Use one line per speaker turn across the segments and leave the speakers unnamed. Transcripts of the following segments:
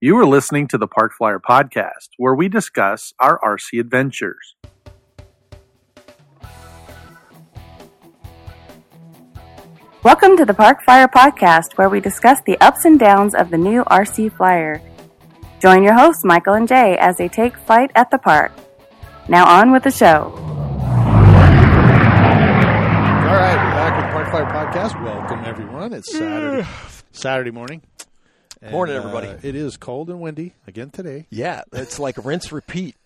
You are listening to the Park Flyer Podcast, where we discuss our RC adventures.
Welcome to the Park Flyer Podcast, where we discuss the ups and downs of the new RC Flyer. Join your hosts, Michael and Jay, as they take flight at the park. Now, on with the show.
All right, we're back with Park Fire Podcast. Welcome everyone. It's Saturday, Saturday morning. And,
Morning, everybody.
uh, it is cold and windy again today.
Yeah, it's like rinse repeat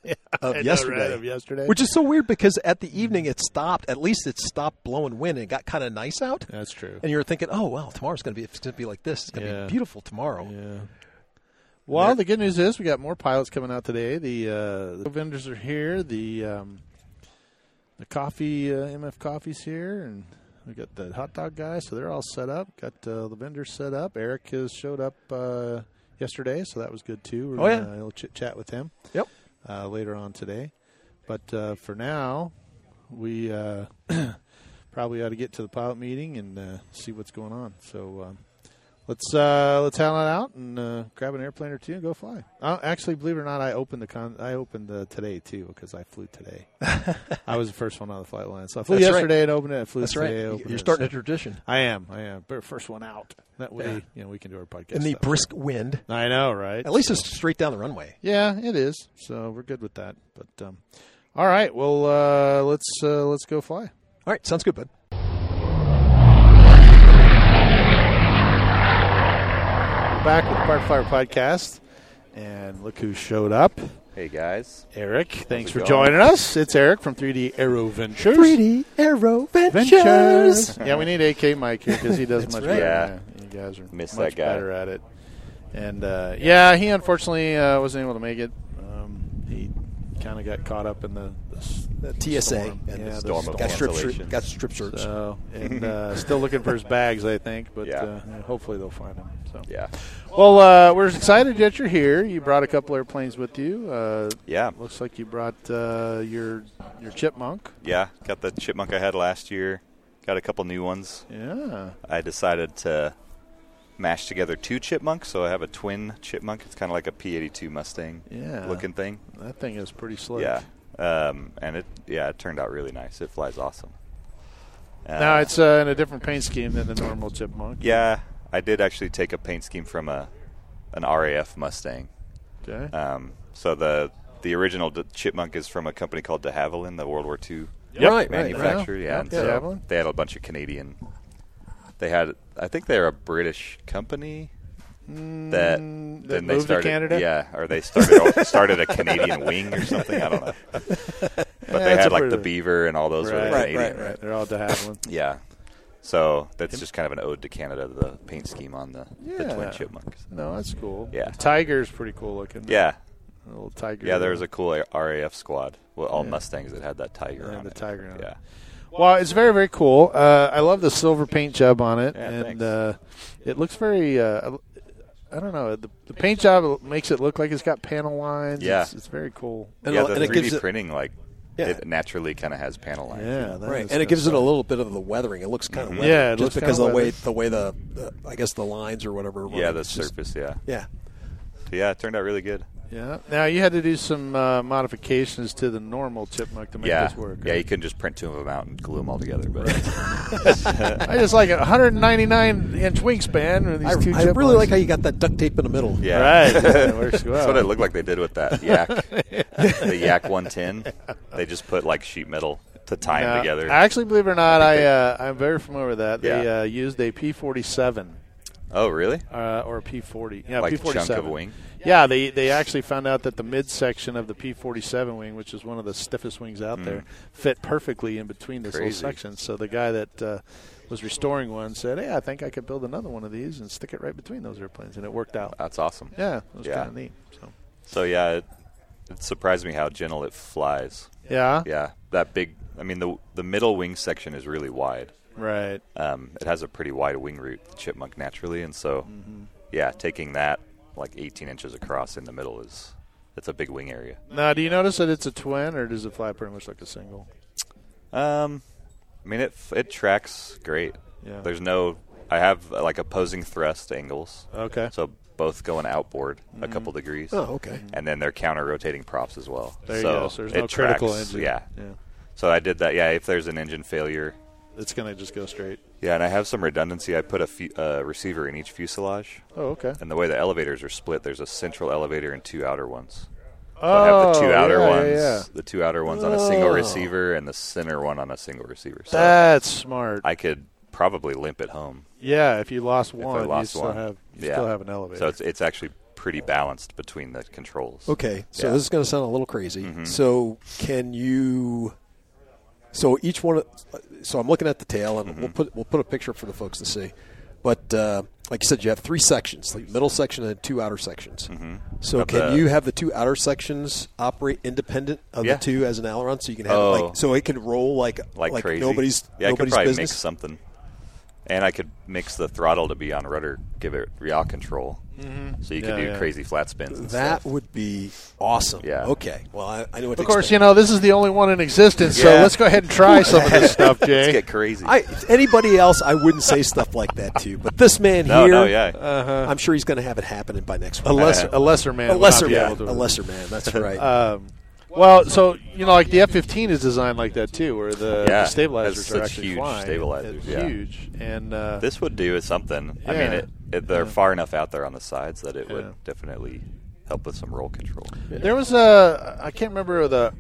of
I know,
yesterday.
right, of yesterday.
Which is so weird because at the evening it stopped. At least it stopped blowing wind and it got kind of nice out.
That's true.
And you were thinking, oh wow, tomorrow's going to be it's going to be like this. It's going to
Yeah.
be beautiful tomorrow.
Yeah. Well, the good news is we got more pilots coming out today. The, uh, the vendors are here. The um, the coffee uh, MF coffee's here, and we got the hot dog guys. So they're all set up. Got uh, the vendors set up. Eric has showed up uh, yesterday, so that was good too. We're
Oh, yeah.
gonna- uh, we'll chit chat with him.
Yep.
uh, later on today. But uh, for now, we uh, probably ought to get to the pilot meeting and uh, see what's going on. So um, let's uh, let's hang on out and uh, grab an airplane or two and go fly. Uh, actually, believe it or not, I opened the con- I opened the today too because I flew today. I was the first one on the flight line, so I flew
That's right.
yesterday and opened it. I flew
That's right.
today. opened
You're
it.
starting a
So
tradition.
I am. I am. But first one out. That way,
Yeah.
you know, we can do our podcast.
In the
stuff.
brisk wind,
I know, right?
at least it's straight down the runway.
Yeah, it is. So we're good with that. But um, all right, well, uh, let's uh, let's go fly.
All right, sounds good, bud.
We're back with the Park Flyer Podcast, and look who showed up,
Hey guys,
Eric. Thanks
it
for
going?
joining us. It's Eric from 3D Aero Ventures.
3D Aero Ventures.
Ventures. yeah, we need AK Mike here because he does
That's
much
right.
better.
Yeah.
You guys are
Miss
much
that guy.
better at it. And uh, yeah, he unfortunately uh, wasn't able to make it. Um, he kind of got caught up in the, the, s-
The TSA
storm.
and
yeah,
the
storm of
Got strip,
cancellations.
got strip search.
So, and uh, still looking for his bags, I think. But
Yeah.
uh, hopefully they'll find him. So.
yeah,
Well, uh, we're excited that you're here. You brought a couple airplanes with you. Uh,
yeah,
Looks like you brought uh, your your chipmunk.
yeah. Got the chipmunk I had last year. Got a couple new ones.
Yeah.
I decided to mash together two chipmunks, so I have a twin chipmunk. It's kind of like a P82 Mustang
Yeah.
looking thing.
That thing is pretty slick.
Yeah, um, and it yeah it turned out really nice. It flies awesome. Uh,
Now it's uh, in a different paint scheme than the normal chipmunk.
yeah. I did actually take a paint scheme from a an RAF Mustang.
Okay.
Um, so the the original d- chipmunk is from a company called de Havilland, the World War II
Yep. Right, right,
manufacturer.
right.
Yeah,
Yeah,
and
yeah.
so
De Havilland.
they had a bunch of Canadian. They had, I think they're a British company that
Mm, that
then they
moved to
started
Canada?
Yeah, or they started started a Canadian wing or something. I don't know. But they
that's a
had like the
pretty-
Beaver and all those were the
Right,
Canadian.
right, right.
They're all de Havilland.
Yeah. So that's just kind of an ode to Canada, the paint scheme on the, the
Yeah.
twin chipmunks.
No, that's cool.
Yeah.
The tiger's pretty cool looking.
Yeah,
A little tiger.
Yeah, there was a cool RAF squad. Well, all
Yeah.
Mustangs that had that tiger
Yeah,
on
the
it.
tiger on
yeah.
it. Well, it's very very cool. Uh, I love the silver paint job on it,
Yeah,
and
thanks.
uh, it looks very. Uh, I don't know. The, the paint job makes it look like it's got panel lines.
Yeah.
it's, it's very cool.
And
yeah,
it-
the
and it
3D
gives it-
printing, like,
Yeah.
it naturally kind of has panel lines.
Yeah, that
Right,
is
and it
good
gives it a
stuff.
little bit of the weathering. It looks kind of weathered,
Yeah, it
just
looks
because
kinda
of the way
weathered.
the way the, the I guess the lines or whatever. are
Yeah,
running.
the
It's just-
surface, yeah.
Yeah,
So, yeah, it turned out really good.
Yeah. Now you had to do some uh, modifications to the normal chipmunk to make
yeah.
this work.
Yeah, you
right?
couldn't just print two of them out and glue them all together. But
I just like a 199 inch wingspan with these
I,
two.
I really like how you got that duct tape in the middle.
yeah.
Right, yeah, it works well.
That's what it looked like they did with that yak. the yak 110. They just put, like, sheet metal to tie them together.
Actually, believe it or not, I,
think
uh, I'm very familiar with that. They
Yeah.
uh, used a P47
oh, really?
uh, or a P40. Yeah,
Like
P47.
chunk of wing?
Yeah, they they actually found out that the midsection of the P47 wing, which is one of the stiffest wings out there, fit perfectly in between this
Hmm. Crazy.
whole section. So the guy that uh, was restoring one said, "Hey, I think I could build another one of these and stick it right between those airplanes," and it worked out.
That's awesome.
Yeah, it was
Uh, Yeah.
kind of neat. So
So, yeah, it, it surprised me how gentle it flies.
yeah,
Yeah, that big. I mean, the the middle wing section is really wide.
right.
Um, it has a pretty wide wing root, the chipmunk naturally, and so
Mm-hmm.
yeah, taking that like 18 inches across in the middle is that's a big wing area.
Now, do you notice that it's a twin, or does it fly pretty much like a single?
Um, I mean, it f- it tracks great.
Yeah.
There's no. I have uh, like opposing thrust angles.
Oh, Okay. Mm-hmm.
So both going outboard a couple degrees,
Oh, okay.
and then they're counter rotating props as well.
There
so
you go. So there's
it
no critical
tracks,
engine.
Yeah. So I did that. Yeah, if there's an engine failure,
It's going to just go straight.
yeah, and I have some redundancy. I put a fu- uh, receiver in each fuselage,
Oh, okay.
and the way the elevators are split, there's a central elevator and two outer ones.
Oh,
I have the two outer
yeah, yeah,
ones,
yeah.
the two outer ones on a single
Oh.
receiver, and the center one on a single receiver. So
That's smart.
I could probably limp it home.
yeah, if you lost
I
one, you
lost
still
one.
have you
Yeah.
still have an elevator.
So it's it's actually pretty balanced between the controls.
Okay. So
Yeah. Mm-hmm.
this is going to sound a little crazy. So can you? So each one. So I'm looking at the tail, and
Mm-hmm.
we'll put we'll put a picture for the folks to see. But uh, like you said, you have three sections: the middle section and two outer sections. So
Of
can
Mm-hmm. the-
you have the two outer sections operate independent of
Yeah.
the two as an aileron? So you can have it
Oh.
like so it can roll like
like, crazy.
nobody's nobody's
yeah, I could probably
business.
mix something, and I could mix the throttle to be on rudder, give it yaw control, mm-hmm. so you could
Yeah,
do
yeah.
crazy flat spins. And
that
stuff.
would be awesome.
Yeah.
Okay. Well, I, I know what.
of course, you know this is the only one in existence. So
Yeah.
let's go ahead and try some of this stuff, Jay.
Let's get crazy.
I, anybody else, I wouldn't say stuff like that to. But this man
no,
here, uh,
no, yeah,
I'm sure he's going to have it happening by next week.
a lesser, a lesser man,
a
would
lesser
not be
man,
able to-
a lesser man. That's
Uh,
right.
Um, well, so you know, like the F fifteen is designed like that too, where the,
Yeah,
the stabilizers
that's
are
such
actually
huge
flying.
stabilizers,
It's
yeah.
huge, and uh,
this would do something. I mean,
Yeah.
it, it, they're far enough out there on the sides that it
Yeah.
would definitely help with some roll control.
there was a I can't remember the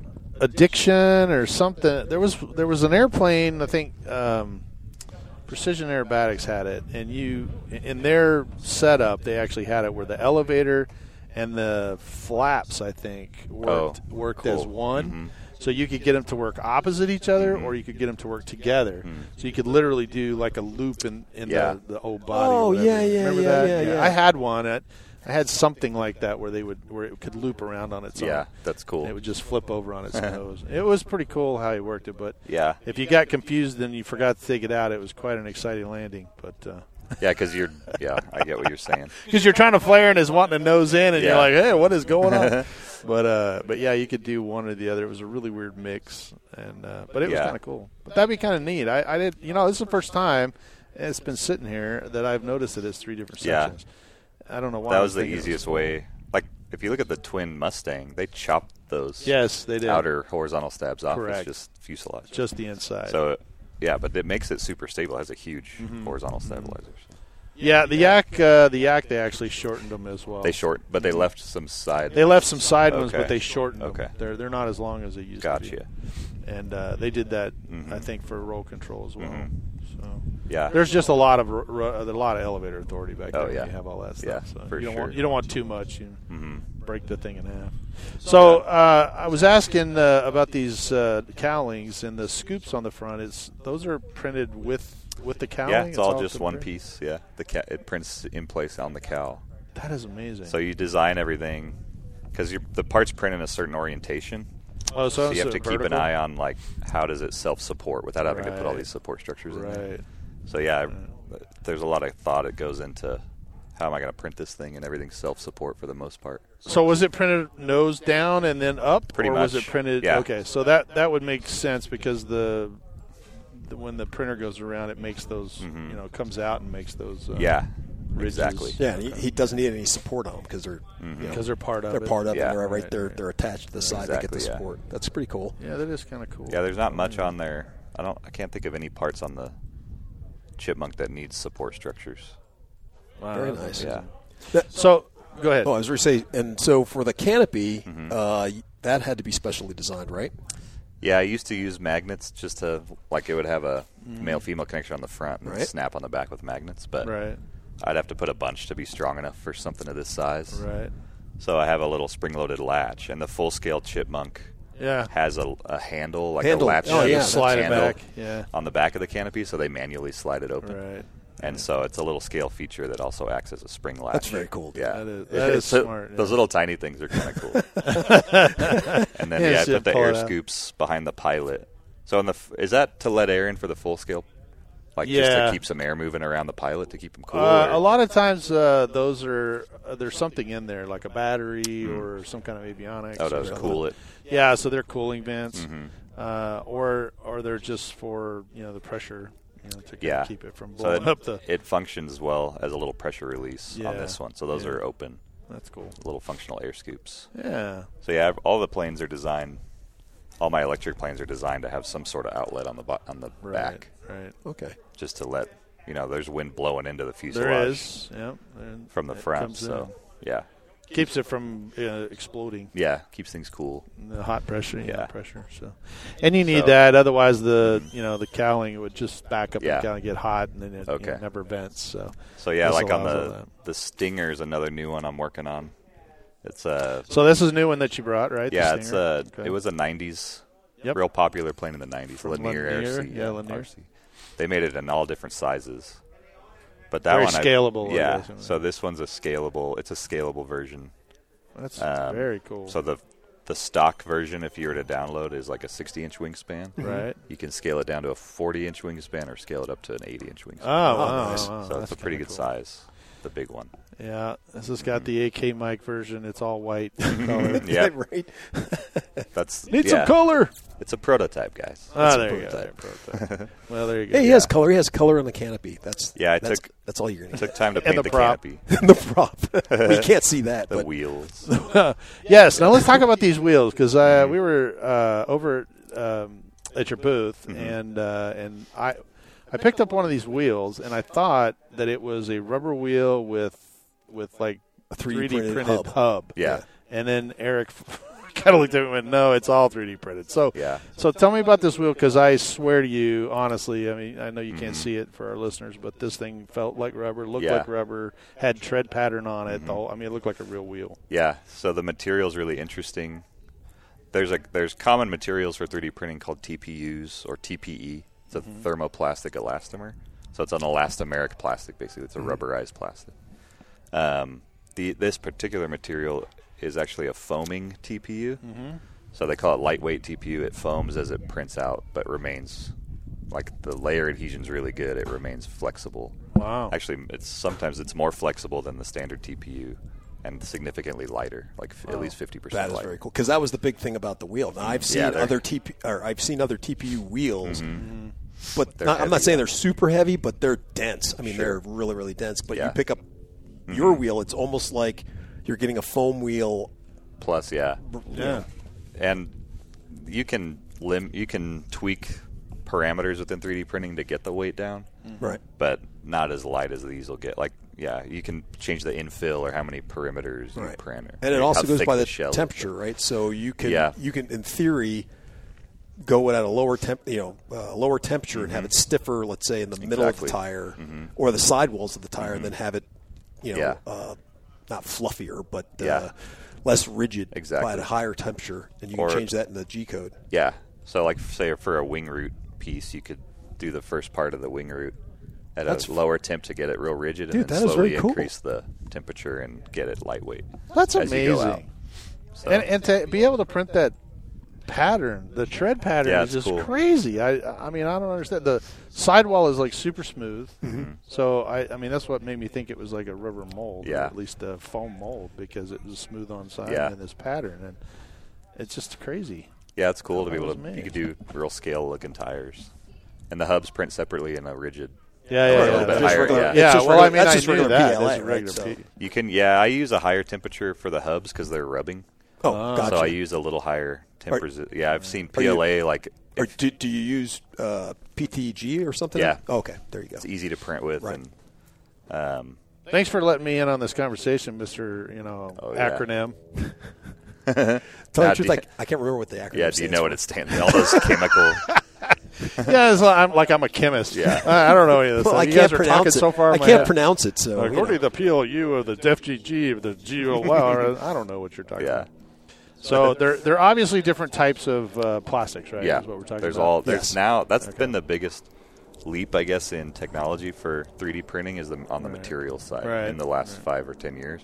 addiction or something. There was there was an airplane I think um, Precision Aerobatics had it, and you in their setup they actually had it where the elevator and the flaps I think worked
Oh,
worked
cool.
as one. So you could get them to work opposite each other,
Mm-hmm.
or you could get them to work together. So you could literally do like a loop in, in
Yeah.
the, the old body.
Oh,
or whatever.
yeah, yeah,
Remember
yeah,
that?
yeah, yeah.
I had one. At, I had something like that where they would where it could loop around on its own.
Yeah, that's cool.
And it would just flip over on its nose. It was pretty cool how he worked it, but
Yeah.
if you got confused and you forgot to take it out, it was quite an exciting landing. But
Yeah, because you're. Yeah, I get what you're saying.
because you're trying to flare and is wanting to nose in, and
Yeah.
you're like, hey, what is going on? but uh, but yeah, you could do one or the other. It was a really weird mix, and uh, but it was
Yeah.
kind of cool. But that'd be kind of neat. I, I did, you know, this is the first time and it's been sitting here that I've noticed that it's three different
Yeah.
sections. I don't know why
that
I'm
was the
thinking it
easiest way. Like, if you look at the twin Mustang, they chopped those
Yes, they did.
outer horizontal stabs off.
Correct.
It's just fuselage.
just the inside.
so, yeah, but it makes it super stable. It has a huge
Mm-hmm.
horizontal stabilizer.
yeah, the yak, uh, the yak, they actually shortened them as well.
They short, but they left some side.
Mm-hmm. They left some side ones,
Okay.
but they shortened
Okay.
them. They're they're not as long as they used to be.
Gotcha. Mm-hmm.
And uh, they did that, I think, for roll control as well. So
Yeah.
there's just a lot of ro- ro- a lot of elevator authority back
Oh,
there.
yeah.
When you have all that
Yeah,
stuff. so
for
you don't
sure. Mm-hmm.
want you don't want too much. You break the thing in half. So uh, I was asking uh, about these uh, cowlings and the scoops on the front. It's those are printed with with the cowling.
yeah, it's all just one
compared?
piece. Yeah, the ca- it prints in place on the cowl.
That is amazing.
So you design everything because the parts print in a certain orientation.
oh,
So you have
it's
to
a
keep an
vertical?
eye on like how does it self support without having to put all
Right.
these support structures in there.
Right.
So yeah, I- there's a lot of thought that goes into how am I going to print this thing, and everything's self-support for the most part.
So was it printed nose down and then up,
Pretty
or was
much,
it printed?
yeah.
Okay, so that that would make sense because the, the when the printer goes around, it makes those you know comes out and makes those uh,
Mm-hmm. Yeah,
ridges.
exactly. Mm-hmm.
yeah, and he, he doesn't need any support on them because they're you know,
because they're part of
they're
it.
part of
Mm. Yeah,
it. They're right,
right,
there. They're attached to the side. they
Exactly,
get the
yeah.
support. That's pretty cool.
Yeah, that is kind of cool.
Yeah, there's not much on there. I don't. I can't think of any parts on the chipmunk that needs support structures.
Wow,
Very
that's
nice.
amazing.
Uh, Yeah.
So go ahead.
Oh, I was going to say, and so for the canopy,
Mm-hmm.
uh, that had to be specially designed, right?
Yeah, I used to use magnets just to like it would have a male female connection on the front and then
Right.
snap on the back with magnets, but
Right,
I'd have to put a bunch to be strong enough for something of this size.
right.
So I have a little spring-loaded latch, and the full-scale chipmunk
Yeah.
has a, a handle like
Handle.
a latch
Oh, yeah,
that's
slide it
handle
back, yeah.
on the back of the canopy, so they manually slide it open.
Right.
And so it's a little scale feature that also acts as a spring latch.
That's very cool.
Yeah,
That is-
It-
that is
it's a-
smart, yeah.
Those little tiny things are kind of cool. and then
Yeah,
yeah, I
so
put the
pull it
air
out.
scoops behind the pilot. So on the f- is that to let air in for the full scale, like just
Yeah.
to keep some air moving around the pilot to keep him cool.
Uh,
or-
a lot of times, uh, those are uh, there's something in there like a battery or some kind of avionics.
Hmm. Oh,
or
to
something.
cool it. Mm-hmm.
Yeah, so they're cooling vents, uh, or or they're just for you know the pressure. you know, to kind
Yeah.
of keep it from
So
blowing
it,
up the.
it functions well as a little pressure release on
Yeah.
this one. So those
Yeah.
are open,
That's cool.
little functional air scoops.
Yeah.
So yeah, I've- all the planes are designed. All my electric planes are designed to have some sort of outlet on the bo- on the
Right.
back,
Right.
Okay.
just to let you know there's wind blowing into the fuselage
There is. Yep. and
from the
it
front.
comes
So yeah,
in. keeps it from uh, exploding.
yeah, keeps things cool.
The hot pressure. Yeah.
Yeah.
pressure. So, and you need
So-
that. Otherwise, the you know the cowling would just back up
Yeah.
and kind of get hot, and then it you know,
Okay.
never vents. So.
So yeah,
This
like on
allows all
the the stinger is another new one I'm working on. It's a
So this is a new one that you brought, right? The
yeah, it's
Stinger?
a
Okay.
it was a '90s
Yep.
real popular plane in the '90s,
From
Lanier,
Lanier,
RC,
yeah, Lanier.
RC. They made it in all different sizes, but that
Very
one I-
scalable, I
yeah,
guess,
so this one's a scalable. It's a scalable version.
That's
um,
very cool.
So the the stock version, if you were to download, is like a 60 inch wingspan.
right.
You can scale it down to a 40 inch wingspan, or scale it up to an 80 inch wingspan.
Oh, wow,
nice.
wow,
so
that's
it's a pretty
kinda
good
cool.
size, the big one.
Yeah, this has got the AK mic version. It's all white. color.
Mm-hmm. Yeah,
right.
that's
Need
yeah.
some color.
It's a prototype, guys.
Ah,
It's a
there you go.
prototype.
Prototype. well, there you go.
Hey, he has color. He has color on the canopy. That's
Yeah, I
that's,
took-
that's all you're gonna
Took time to
And
paint
the
the,
prop.
canopy,
get. the prop. we can't see that.
the
but
wheels.
yes. Now let's talk about these wheels because uh, we were uh, over um, at your booth, and uh, and I I picked up one of these wheels, and I thought that it was a rubber wheel with with like
A
3D
3D
printed,
printed
hub.
hub.
Yeah.
And then Eric kind of looked at me and went, "No, it's all 3D printed." So
Yeah.
So tell me about this wheel because I swear to you, honestly, I mean, I know you can't see it for our listeners, but this thing felt like rubber, looked
Yeah.
like rubber, had tread pattern on it. The whole, I mean, it looked like a real wheel.
Yeah, so the material's really interesting. There's a there's common materials for 3D printing called TPUs or TPE. It's a thermoplastic elastomer. So it's an elastomeric plastic basically. It's a rubberized plastic. Um, the this particular material is actually a foaming TPU. So they call it lightweight TPU. It foams as it prints out but remains like the layer adhesion's really good. It remains flexible.
Wow.
Actually, it's sometimes it's more flexible than the standard TPU, and significantly lighter, like f- at least fifty percent.
That is
lighter.
very cool because that was the big thing about the wheel. Now I've seen
Yeah, they're- Mm-hmm.
other TP or I've seen other TPU wheels, Mm-hmm. but
They're
not, I'm not
heavy.
saying they're super heavy, but they're dense. I mean,
Sure.
they're really really dense. But
Yeah. Mm-hmm.
you pick up your wheel, it's almost like you're getting a foam wheel.
Plus, yeah,
Yeah.
and you can lim you can tweak parameters within three D printing to get the weight down,
Mm.
Right.
but not as light as these will get. Like, yeah, you can change the infill or how many perimeters you
Right.
print, or
And it
how
also goes
thick
by the,
shell is.
temperature, right? So you can
Yeah.
you can in theory go it at a lower temp, you know, uh, lower temperature and have it stiffer, let's say in the middle of the
Mm-hmm. Exactly. Mm-hmm.
tire or the sidewalls of the tire, and then have it, you know,
Yeah.
uh, not fluffier but uh,
Yeah.
less rigid
Exactly.
by at a higher temperature, and you can
Or-
change that in the G code.
Yeah. So, like, say for a wing root piece, you could do the first part of the wing root at
That's-
a lower temp to get it real rigid,
Dude,
and then
that is
slowly
very cool.
increase the temperature and get it lightweight.
That's
as you go out.
amazing.
So,
And, and to be able to print that pattern, the tread pattern
Yeah,
is
it's
just
cool.
crazy. I, I mean, I don't understand. The sidewall is like super smooth.
Mm-hmm.
So I, I mean, that's what made me think it was like a rubber mold, or
Yeah.
at least a foam mold, because it was smooth on side
Yeah.
and then this pattern, and it's just crazy.
yeah, it's cool to be
That
able
was
to.
me.
You could do real scale looking tires, and the hubs print separately in a rigid.
Yeah, yeah,
Or a
yeah.
little bit
Just
higher,
regular-
yeah.
yeah,
It's just
well,
regular-
I mean,
that's
I
just
knew
regular
that.
PLA,
That's a
right,
regular
so-
P.
You can, yeah, I use a higher temperature for the hubs because they're rubbing.
Oh, gotcha.
So I use a little higher temperature. yeah, I've seen
Are you-
PLA like
or
if
do, do you use uh, PTG or something?
Yeah.
Oh, okay, there you go.
it's easy to print with,
Right.
and um,
Thanks for letting me in on this conversation, Mister. You know,
Oh, yeah.
acronym.
Tell you
Nah,
the truth,
do you-
like, I can't remember what the acronym.
yeah, do you
stands
know
for.
what it stands? All those chemical.
yeah, it's like I'm like I'm a chemist.
Yeah.
I, I don't know any of this.
Well,
stuff.
I
you
can't
guys are talking
pronounce it.
so far. in
I
my
can't
head.
pronounce it. So you
According
know.
to the PLU or the DefGG or the GOL, I don't know what you're talking
Yeah.
about. So they're they're obviously different types of uh, plastics, right?
Yeah,
is what we're talking
there's
about.
all there's
Yes.
now. That's been the biggest leap, I guess, in technology for 3D printing is the, on the material side
Right.
in the last five or ten years,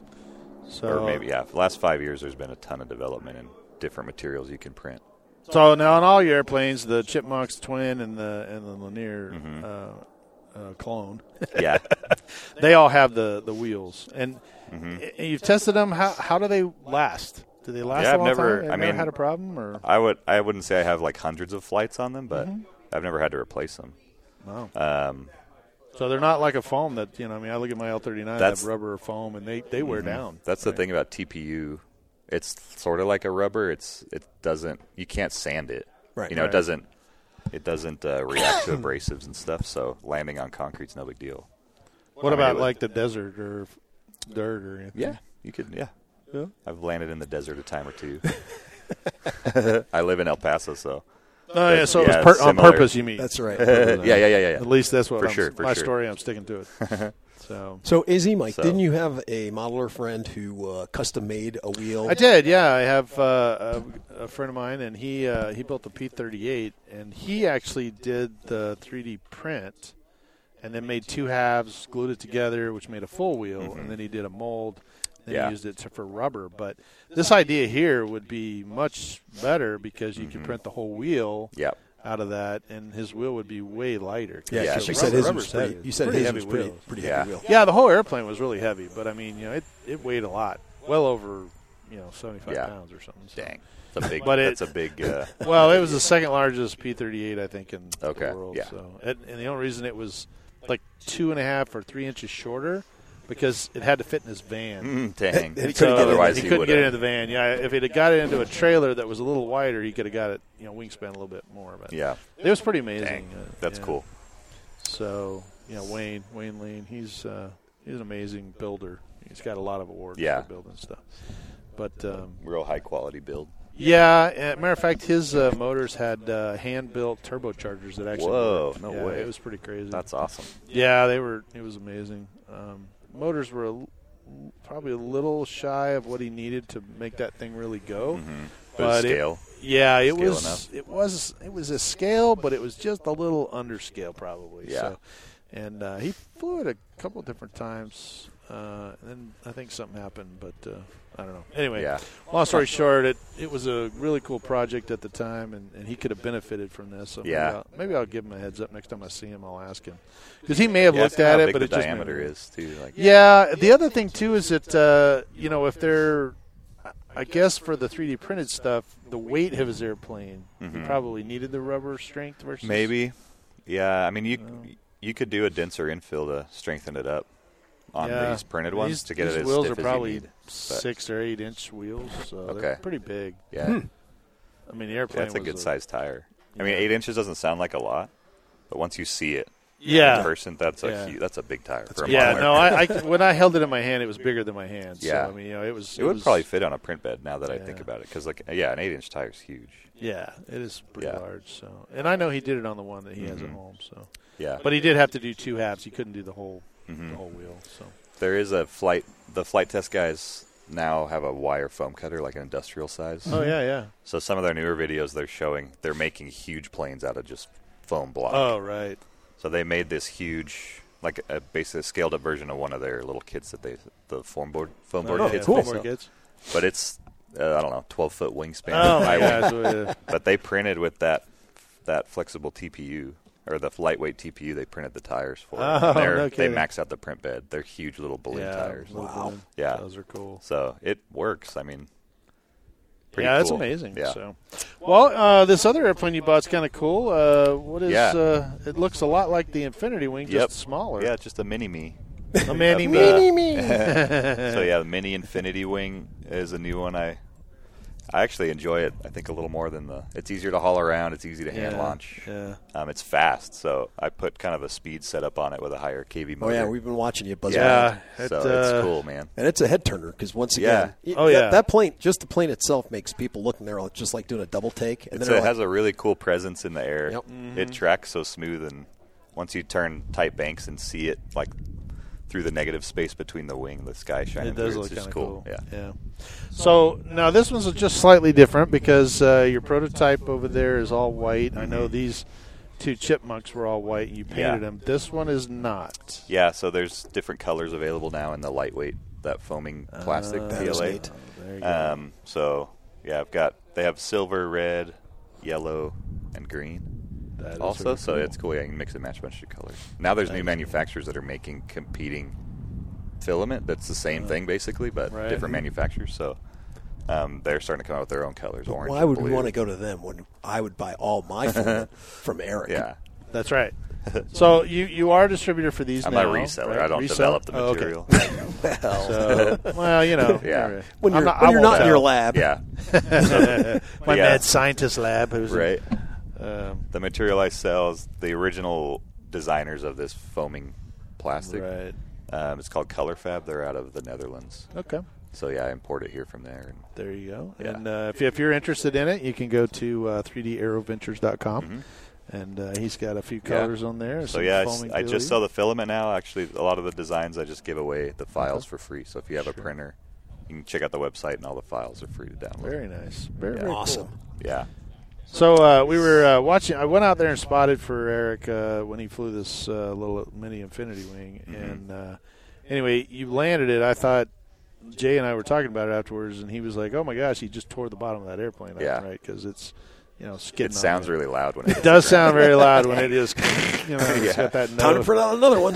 so,
or maybe yeah, last five years. There's been a ton of development in different materials you can print.
So now on all your airplanes, the Chipmunks twin and the and the Lanier
Mm-hmm.
uh, uh, clone,
Yeah,
they all have the the wheels, and
Mm-hmm.
and you've tested them. How how do they last? Do they last?
Yeah,
a
I've
long
never-
Time?
I
Have you
mean-
ever had a problem or
Mm-hmm. I would I wouldn't say I have like hundreds of flights on them, but I've never had to replace them.
Wow.
Um,
So they're not like a foam that you know. I mean, I look at my L39, that
That's- Mm-hmm.
rubber or foam, and they they wear down.
Oh, That's the thing about TPU. It's sort of like a rubber. It's it doesn't you can't sand it.
Right.
You know
Right.
it doesn't it doesn't uh, react to abrasives and stuff. So landing on concrete's no big deal.
What
I mean,
about
it would-
like the desert or f- dirt or anything?
Yeah, you could. Yeah. I've landed in the desert a time or two. I live in El Paso, so
No, Oh, yeah. So
Yeah,
it was per- on
similar.
purpose. You mean?
That's right.
yeah, yeah, yeah, yeah. yeah.
At least that's what
For
I'm,
sure, for
my
sure.
story. I'm sticking to it. so
So, Izzy, Mike,
So-
didn't you have a modeler friend who uh, custom made a wheel?
I did. Yeah, I have uh, a, a friend of mine, and he uh, he built the P38, and he actually did the 3D print, and then made two halves, glued it together, which made a full wheel,
Mm-hmm.
and then he did a mold. Then
Yeah.
he used it to, for rubber. But this idea here would be much better because you could
Mm-hmm.
print the whole wheel.
Yep.
Out of that, and his wheel would be way lighter. 'cause
Yeah,
Yeah,
'cause
I
you
think
said
so.
his
rubber-
was
rubber's
pretty.
heavy.
You said
Pretty
his
heavy
was pretty,
wheels.
pretty
Yeah.
heavy wheel.
Yeah, the whole airplane was really heavy, but I mean, you know, it, it weighed a lot, well over, you know, seventy five
Yeah.
pounds or something. so.
Dang, it's a big.
But it-
that's a big. Uh,
Well, it was the second largest P thirty eight I think in
Okay,
the world.
yeah.
So, and, and the only reason it was like two and a half or three inches shorter because it had to fit in his van.
mm, dang.
He couldn't
So
get in.
Otherwise,
he,
he,
couldn't
would
get into the van. Yeah, if it had got it into a trailer that was a little wider, he could have got it, you know, wingspan a little bit more. But
Yeah.
it was pretty amazing.
Dang,
Uh,
that's
yeah.
cool.
So, you know, Wayne, Wayne Lean, he's uh, he's an amazing builder. He's got a lot of awards
Yeah.
for building stuff. But um,
Real high quality build.
yeah, uh, matter of fact, his uh, motors had uh, hand-built turbochargers that actually.
Whoa,
worked.
no
Yeah,
way.
It was pretty crazy.
That's awesome.
yeah, they were. It was amazing. Um, motors were a l probably a little shy of what he needed to make that thing really go.
Mm-hmm. But
But it-
scale.
Yeah, it
Scale
was.
enough.
It was. It was a scale, but it was just a little under scale, probably.
Yeah.
So, and uh, he flew it a couple different times, uh, and then I think something happened, but uh, I don't know. Anyway,
Yeah.
long story short, it it was a really cool project at the time, and, and he could have benefited from this. So
Yeah.
Maybe I'll, maybe I'll give him a heads up next time I see him. I'll ask him because he may have
Yeah,
looked
it's kinda
at
how
it,
big
but
the
it just
diameter
made-
is too. Like
yeah. The other thing too is that uh, you know if they're, I guess for the 3D printed stuff, the weight of his airplane, he probably needed the rubber strength versus
Mm-hmm. Maybe. Yeah, I mean you you could do a denser infill to strengthen it up on
Yeah.
these printed ones
These-
to get
these
it as
wheels
stiff
are probably
as you need. But,
six or eight inch wheels, so they're
Okay.
pretty big.
yeah,
I mean, the airplane.
that's a
Hmm. was
good sized tire. I mean, eight inches doesn't sound like a lot, but once you see it in
Yeah.
person, that's a
Yeah.
hu- that's a big tire. for a
Yeah,
modeler.
no, I, I when I held it in my hand, it was bigger than my hand.
Yeah.
So, I mean, you know, it was.
it would
was-
probably fit on a print bed now that I think
Yeah.
about it, because like yeah, an eight inch tire is huge.
Yeah, it is pretty
Yeah. Mm-hmm.
large. So, and I know he did it on the one that he has at home. So,
Yeah,
but he did have to do two halves. He couldn't do the whole
Mm-hmm.
the whole wheel. So.
there is a flight. The flight test guys now have a wire foam cutter, like an industrial size.
Oh yeah, yeah.
So some of their newer videos, they're showing they're making huge planes out of just foam block.
Oh right.
So they made this huge, like a basically a scaled up version of one of their little kits that they, the foam board, foam board
Oh,
kits.
yeah,
they
foam
sell.
kids.
But it's, uh, I don't know, 12 foot wingspan.
Oh my
high wing.
gosh. yeah.
But they printed with that that flexible TPU or the lightweight TPU. They printed the tires for. it.
Oh,
And they're-
no
they
kidding.
max out the print bed. They're huge little balloon
Yeah,
tires.
little balloon.
Yeah.
those are cool.
So it works. I mean, pretty
yeah, that's
cool.
amazing.
Yeah.
So, well, uh, this other airplane you bought's kind of cool. Uh, what is?
Yeah.
Uh, it looks a lot like the Infinity Wing,
Yep.
just smaller.
Yeah, just a mini me.
a mini
That's, uh,
me.
Oh,
Eh.
so yeah, the Mini Infinity Wing is a new one. I I actually enjoy it. I think a little more than the. It's easier to haul around. It's easy to hand
Yeah,
launch.
yeah.
Um, it's fast, so I put kind of a speed setup on it with a higher kV
Oh
motor.
yeah, we've been watching you buzz
Yeah.
around.
it,
so
uh,
it's cool, man.
And it's a head turner because once
Yeah.
again, it-
Oh,
that,
yeah.
that plane, just the plane itself makes people look and they're all just like doing a double take. And
It's
then
a,
they're
it has
like,
a really cool presence in the air.
Yep.
Mm-hmm.
It tracks so smooth, and once you turn tight banks and see it like through the negative space between the wing, the sky shining
It does
through,
look
it's
kind
just
of
cool.
cool.
Yeah.
So now this one's just slightly different because uh, your prototype over there is all white. I know these two chipmunks were all white, and you painted
Mm-hmm. Yeah.
them. This one is not.
Yeah, so there's different colors available now in the lightweight, that foaming plastic
that is
PLA.
neat.
There you go.
Um, so yeah, I've got they have silver, red, yellow, and green.
That is
also,
really
so
cool.
it's cool. Yeah, you can mix and match a bunch of colors. Now there's new manufacturers that are making competing filament that's the same thing basically, but
Uh, Right.
different manufacturers. So um, they're starting to come out with their own colors. Orange.
why
and
would we
blue.
want to go to them when I would buy all my food from Eric?
Yeah.
That's right. So you you are a distributor for these
I'm
now.
a reseller.
right?
I don't
Resell?
develop the
Oh, okay.
material.
So, well, you know,
Yeah.
When
I'm
you're
not-
when
I
you're
won't
not in
tell.
your lab,
Yeah,
my
Yeah.
mad scientist lab, who's
right.
um,
The material I sell is the original designers of this foaming plastic.
right?
Um, it's called ColorFab. They're out of the Netherlands.
Okay,
So yeah, I import it here from there. And
there you go.
Yeah.
And uh, if, if you're interested in it, you can go to uh, 3darrowventures.com, and uh, he's got a few
Mm-hmm. Yeah.
colors on there.
so
some
yeah, I s-
foaming
I, just
ability.
sell the filament now. Actually, a lot of the designs I just give away the files for free. So if you have a printer, you can check out the website, and all the files are free to download.
Very nice. Very,
Yeah.
very cool.
awesome.
Yeah.
So uh, we were uh, watching. I went out there and spotted for Eric uh, when he flew this uh, little mini Infinity Wing.
Mm-hmm.
And uh, anyway, you landed it. I thought Jay and I were talking about it afterwards, and he was like, "Oh my gosh, he just tore the bottom of that airplane out,
Yeah.
right? Because it's you know skidding."
It
on
sounds
there.
really loud when it,
It does sound very loud when it is, you know, it's got that.
Time to
note.
print out another one.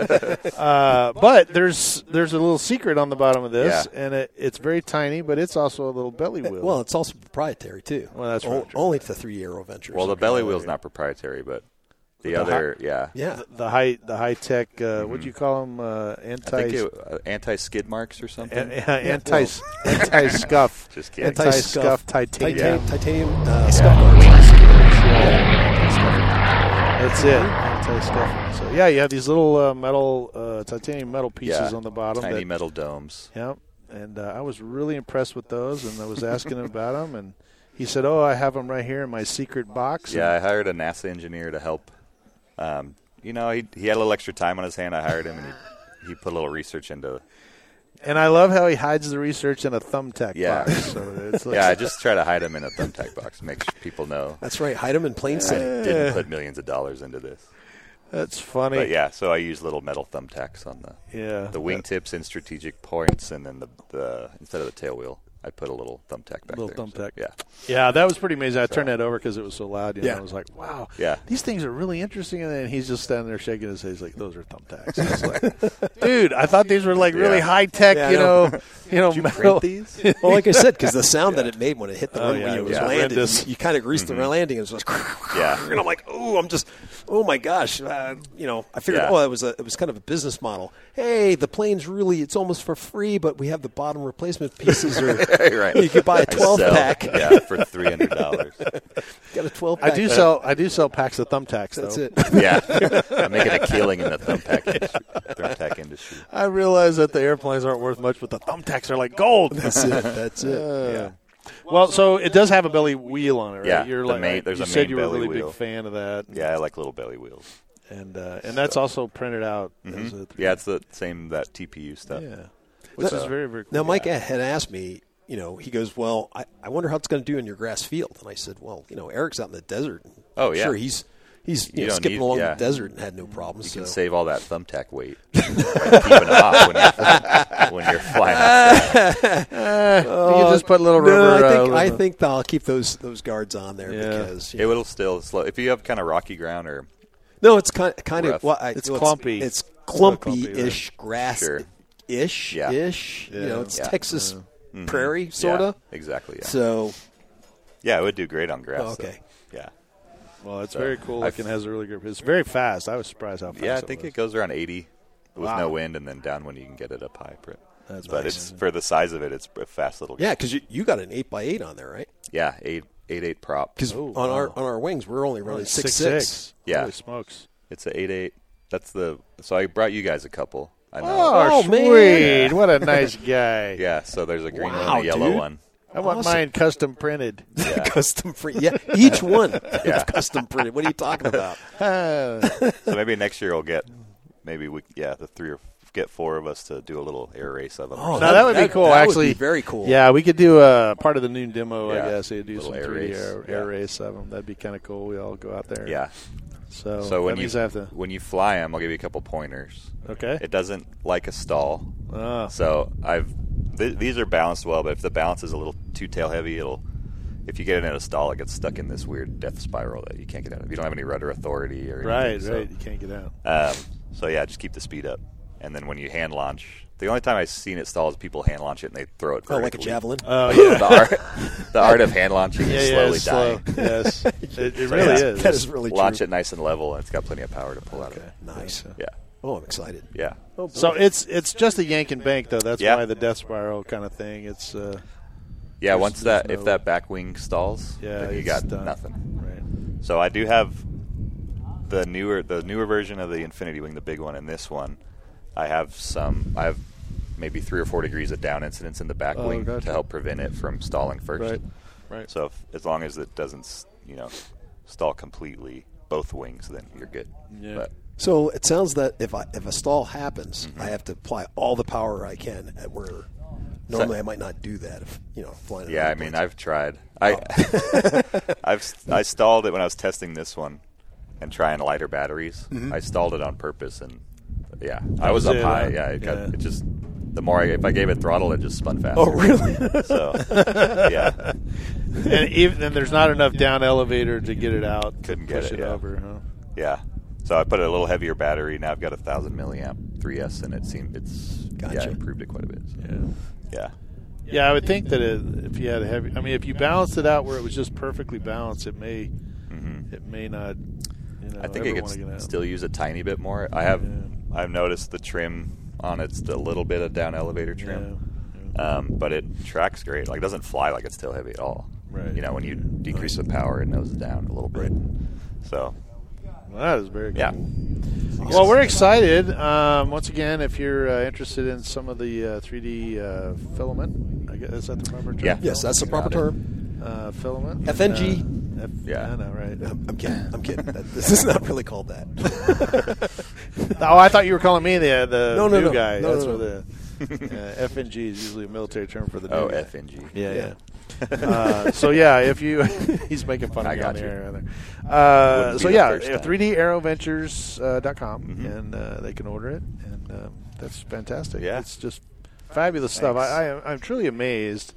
Uh, but there's there's a little secret on the bottom of this,
Yeah. Eh,
and it, it's very tiny, but it's also a little belly wheel.
well, it's also proprietary too.
Well, that's
O-
right.
only to three arrow ventures.
Well, the belly wheel's not proprietary, but the, other, yeah, Mm-hmm.
Yeah,
the high the high tech. Uh, What do you call them? Uh,
I
anti.
think it, uh, anti-skid marks or something.
anti anti scuff
Just kidding.
anti scuff titanium.
titanium, titanium
Yeah.
uh, scuff
That's it. Anti scuff. So yeah, you have these little uh, metal uh, titanium metal pieces
Yeah.
on the bottom.
Tiny
that,
metal domes.
yeah, and uh, I was really impressed with those, and I was asking him about them, and he said, "Oh, I have them right here in my secret box."
Yeah, I hired a NASA engineer to help. Um, you know, he he had a little extra time on his hand. I hired him, and he, he put a little research into.
And I love how he hides the research in a thumbtack
Yeah.
box. So it's like,
Yeah, I just try to hide him in a thumbtack box, make sure people know
That's right. Hide them in plain
I
sight.
didn't put millions of dollars into this.
that's funny.
But yeah, so I use little metal thumbtacks on the
Yeah.
the wingtips in strategic points, and then the, the instead of the tail wheel, I put a little thumbtack back
Little
there. So,
thumbtack.
yeah,
Yeah, that was pretty amazing. I turned that over because it was so loud. You know,
Yeah.
I was like, wow,
Yeah.
these things are really interesting. And then he's just standing there shaking his head. He's like, those are thumbtacks. I was like, Dude, I thought these were like really
Yeah.
high tech.
Yeah, I
you
know.
know, you know, metal.
print these.
Well, like I said, because the sound that it made when it hit the
Oh,
runway
yeah,
when
it
it was
was
landed,
horrendous. Mm-hmm.
you, kind of greased the landing. And it was just,
Yeah.
and I'm like, oh, I'm just, oh my gosh, uh, you know. I figured,
Yeah.
oh, it was a, it was kind of a business model. Hey, the plane's really, it's almost for free, but we have the bottom replacement pieces, or
right.
you could buy a
I
12
sell-
pack.
Yeah, for three hundred dollars.
Got a 12
I
pack.
do sell. I do sell packs of thumbtacks. Though.
That's it.
Yeah, I'm making a killing in the thumbtack industry. Thumbtack industry.
I realize that the airplanes aren't worth much, but the thumbtacks are like gold.
That's it. That's it.
Uh, Well, so it does have a belly wheel on it, right?
Yeah,
You're
the
like,
main- there's
you
a
said
main
you were a
belly
really
wheel.
big fan of that.
Yeah, I like little belly wheels.
and uh, and that's also printed out. As a
Yeah, it's the same that TPU stuff.
yeah, which is very very. Cool.
Now, Mike had asked me, you know, he goes, "Well, I, I wonder how it's going to do in your grass field." And I said, "Well, you know, Eric's out in the desert. and
Oh, yeah.
sure, he's he's you
You
know,
don't
skipping
need-
along
yeah.
the desert and had no problems.
You can
so.
save all that thumbtack weight. by keeping it off when you're, when you're flying. Off
you can just put little
No,
rubber.
I think
uh,
I think I'll keep those those guards on there
Yeah.
because you
it will still slow. If you have kind of rocky ground or
no, it's kind kind of
Rough.
well, I,
It's
well,
clumpy.
It's,
It's clumpy, right.
clumpy-ish grass,
Sure.
ish,
Yeah.
ish. You know,
Yeah.
it's
Yeah.
Texas prairie sorta.
yeah, exactly. Yeah.
So
yeah, it would do great on grass.
Oh,
though.
okay.
Yeah.
Well, it's very cool
I-
looking. Has a really good. It's very fast. I was surprised how fast.
Yeah, I think it
was.
goes around 80 with
Wow.
no wind, and then down when you can get it up high. But,
That's
but
nice.
it's for the size of it, it's a fast little.
yeah, because you, you got an eight by eight on there, right?
Yeah, eight eight eight prop.
Because on our on our wings we're only running six six.
Yeah.
Holy smokes.
It's a eight eight. That's the. So I brought you guys a couple. I know.
Oh,
man.
sweet! What a nice guy.
Yeah, so there's a green one
Wow,
and a yellow
dude.
one.
I want
Awesome.
mine custom printed.
custom print. Yeah, each one is custom printed. What are you talking about?
So maybe next year we'll get maybe we yeah the three or get four of us to do a little air race of them.
Oh,
No, that would be
That-
cool.
that would
actually,
be very cool.
Yeah, we could do a part of the noon demo. I
Yeah.
guess they do
Little
some
air
3D
race.
air, air
Yeah.
race of them. That'd be kind of cool. We all go out there.
yeah.
So,
So when
that
you
means I have to.
when you fly them, I'll give you a couple pointers.
Okay.
It doesn't like a stall,
Ah.
so I've th- these are balanced well, but if the balance is a little too tail heavy, it'll if you get it in a stall, it gets stuck in this weird death spiral that you can't get out of. You don't have any rudder authority or
right,
anything, so- Uh,
right. You can't get out.
Um, so yeah, just keep the speed up, and then when you hand launch, The only time I've seen it stall is people hand launch it and they throw it.
Oh, like a
vertically.
javelin.
Oh
Yeah, the art, the art of hand launching
yeah,
is
yeah,
slowly
it's slow.
dying.
Yes, it, it
So,
really
yeah.
is.
That is really
Launch
true.
it nice and level, and it's got plenty of power to pull out of it.
Nice.
Yeah,
Oh, I'm excited.
yeah.
Oh, boy.
So it's it's just a yank and bank though. That's
Yeah.
why the death spiral kind of thing. It's uh,
Yeah,
There's-
once
there's
that
no-
if that back wing stalls,
yeah,
then you
it's
got
done.
nothing.
Right.
So I do have the newer the newer version of the Infinity Wing, the big one, and this one. I have some. I have maybe three or four degrees of down incidence in the back
Oh,
wing
gotcha.
to help prevent it from stalling first.
Right. Right.
So if, as long as it doesn't, s- you know, stall completely both wings, then you're good.
Yeah.
But
So it sounds that if I, if a stall happens, I have to apply all the power I can at where normally I might not do that. If you know, flying.
yeah, I mean, I've tried.
Oh.
I I've s- I stalled it when I was testing this one and trying lighter batteries. I stalled it on purpose, and yeah, I was up
Mm-hmm. it,
high.
uh,
yeah, it, Got,
yeah.
it just the more I, if I gave it throttle, it just spun faster.
Oh, really?
So yeah,
and even then, there's not enough down elevator to get it out. to
Couldn't get
push
it, yeah.
over. Huh?
yeah. So I put a little heavier battery. Now I've got a thousand milliamp 3S, and it seemed it's yeah, I
Gotcha.
improved it quite a bit. So,
Yeah.
yeah,
Yeah, I would think that it, if you had a heavy, I mean, if you balanced it out where it was just perfectly balanced, it may, it may not. You know,
Mm-hmm. I think it
ever
could
wanna
s-
get out.
still use a tiny bit more. I have
Yeah.
I've noticed the trim on it's a little bit of down elevator
Yeah,
trim.
yeah.
um, but it tracks great. Like it doesn't fly like it's tail heavy at all.
Right.
You know, when you decrease the power, it noses down a little bit. So
Well, that is very
yeah,
cool. Well, we're excited. Um, once again, if you're uh, interested in some of the uh, 3D uh, filament, I guess is that the proper term?
Yeah.
yes, that's the proper
Got it.
term.
uh, filament.
FNG.
And, uh, F-
Yeah.
I know, right?
I'm, I'm kidding. I'm kidding. That, this is not really called that.
oh, I thought you were calling me the the
No, no,
new
no.
guy.
No,
That's
no, no.
where the uh, FNG is usually a military term for the new
oh
guy.
FNG.
Yeah, yeah.
Yeah.
uh, so yeah, if you, he's making fun of
I
me
got
on the
you.
air. rather. Uh,
Wouldn't
so
be the
yeah,
first time.
3daarrowventures.com, uh, dot com,
Mhm.
and uh, they can order it, and um, that's fantastic.
Yeah.
it's just fabulous stuff.
Thanks.
I, I am, I'm truly amazed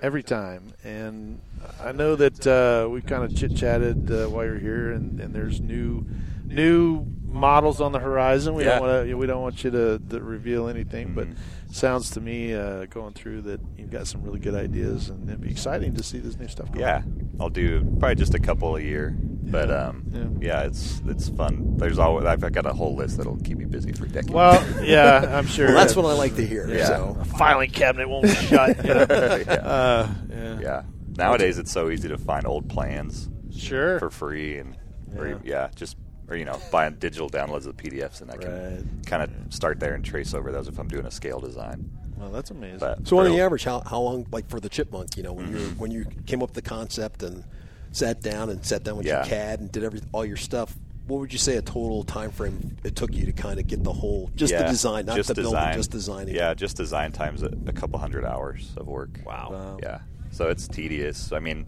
every time, and I know that uh, we kind of chit chatted uh, while you're here, and, and there's new new models on the horizon. We
Yeah.
don't want to we don't want you to, to reveal anything, but
Mhm.
sounds to me uh, going through that you've got some really good ideas, and it'd be exciting to see this new stuff. Come
Yeah, I'll do probably just a couple a year, but
Yeah.
um,
Yeah.
yeah. it's it's fun. There's always I've got a whole list that'll keep me busy for decades.
Well, yeah, I'm sure.
Well, that's what I like to hear.
Yeah.
So
filing cabinet won't shut. You know?
yeah.
uh, yeah.
yeah. Nowadays, it's so easy to find old plans
sure.
for free and or,
Yeah.
yeah. just or you know buying digital downloads of PDFs and I can
Right.
kind of start there and trace over those if I'm doing a scale design.
well, that's amazing.
But
So on the
for-
average, how, how long, like for the chipmunk, you know, when
Mm-hmm.
you when you came up with the concept and sat down and sat down with your
Yeah.
CAD and did every all your stuff, what would you say a total time frame it took you to kind of get the whole, just the
Yeah,
design, not
just
the
design.
building, just designing?
Yeah, just design times a, a couple hundred hours of work.
Wow.
Yeah, so it's tedious. I mean,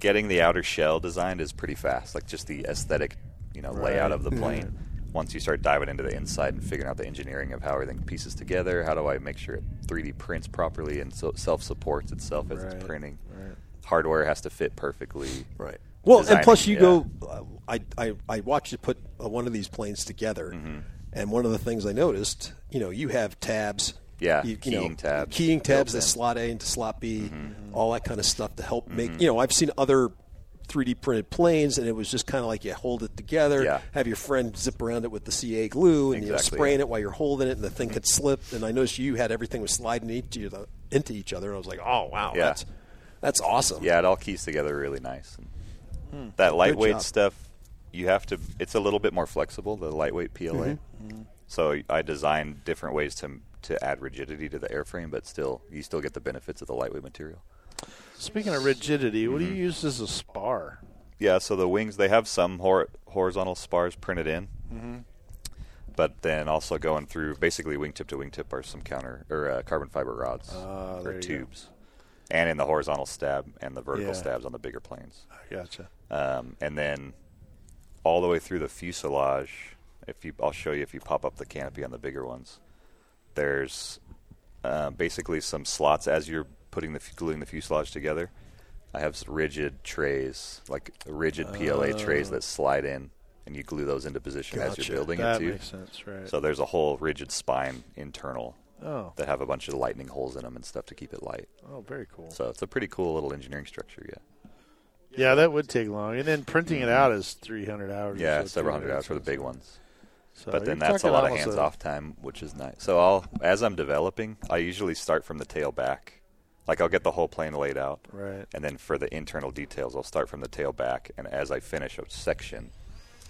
getting the outer shell designed is pretty fast. Like just the aesthetic, you know, layout of the plane. Once you start diving into the inside and figuring out the engineering of how everything pieces together, how do I make sure it 3D prints properly and so self supports itself as
Right,
it's printing?
right.
Hardware has to fit perfectly.
Right. Well,
Designing,
and plus you
yeah.
go. I, I I watched you put uh, one of these planes together,
Mm-hmm.
and one of the things I noticed, you know, you have tabs.
Yeah,
you, you
keying
know,
tabs
keying tabs
built
that
in. Mm-hmm.
slot A into slot B, all that kind of stuff to help make. You know, I've seen other 3D printed planes, and it was just kind of like you hold it together,
Yeah.
have your friend zip around it with the CA glue, and you know,
Exactly,
spraying
yeah. Mm-hmm.
it while you're holding it, and the thing could slip. And I noticed you had everything was sliding into the, into each other, and I was like, oh wow,
Yeah.
that's that's awesome.
Yeah, it all keys together really nice. And
Hmm.
that lightweight
job.
stuff, you have to. It's a little bit more flexible. The lightweight PLA.
Mm-hmm.
Mm-hmm. So I designed different ways to to add rigidity to the airframe, but still you still get the benefits of the lightweight material.
Speaking of rigidity, what do
Mm-hmm.
you use as a spar?
Yeah. So the wings they have some hor- horizontal spars printed in,
Mm-hmm.
but then also going through basically wingtip to wingtip are some counter or uh, carbon fiber rods
Ah, there
or
you go.
tubes, and in the horizontal stab and the vertical
Yeah.
stabs on the bigger planes.
I gotcha.
um, and then all the way through the fuselage. If you, I'll show you if you pop up the canopy on the bigger ones. There's uh, basically some slots as you're putting the f- gluing the fuselage together. I have s- rigid trays, like rigid PLA trays that slide in, and you glue those into position as
Gotcha.
you're building
Oh. That
it too.
makes sense, right?
So there's a whole rigid spine internal
Oh,
that have a bunch of lightning holes in them and stuff to keep it light.
oh, very cool.
So it's a pretty cool little engineering structure. Yeah.
yeah, that would take long, and then printing it out is three hundred hours. or
Mm-hmm. Yeah,
so,
several
too,
hundred
right?
hours for the
So-
big ones.
so
but then
you're
that's a
talking
lot of
almost
hands
a-
off time, which is nice. So I'll as I'm developing, I usually start from the tail back. Like I'll get the whole plane laid out.
Right.
And then for the internal details, I'll start from the tail back and as I finish a section,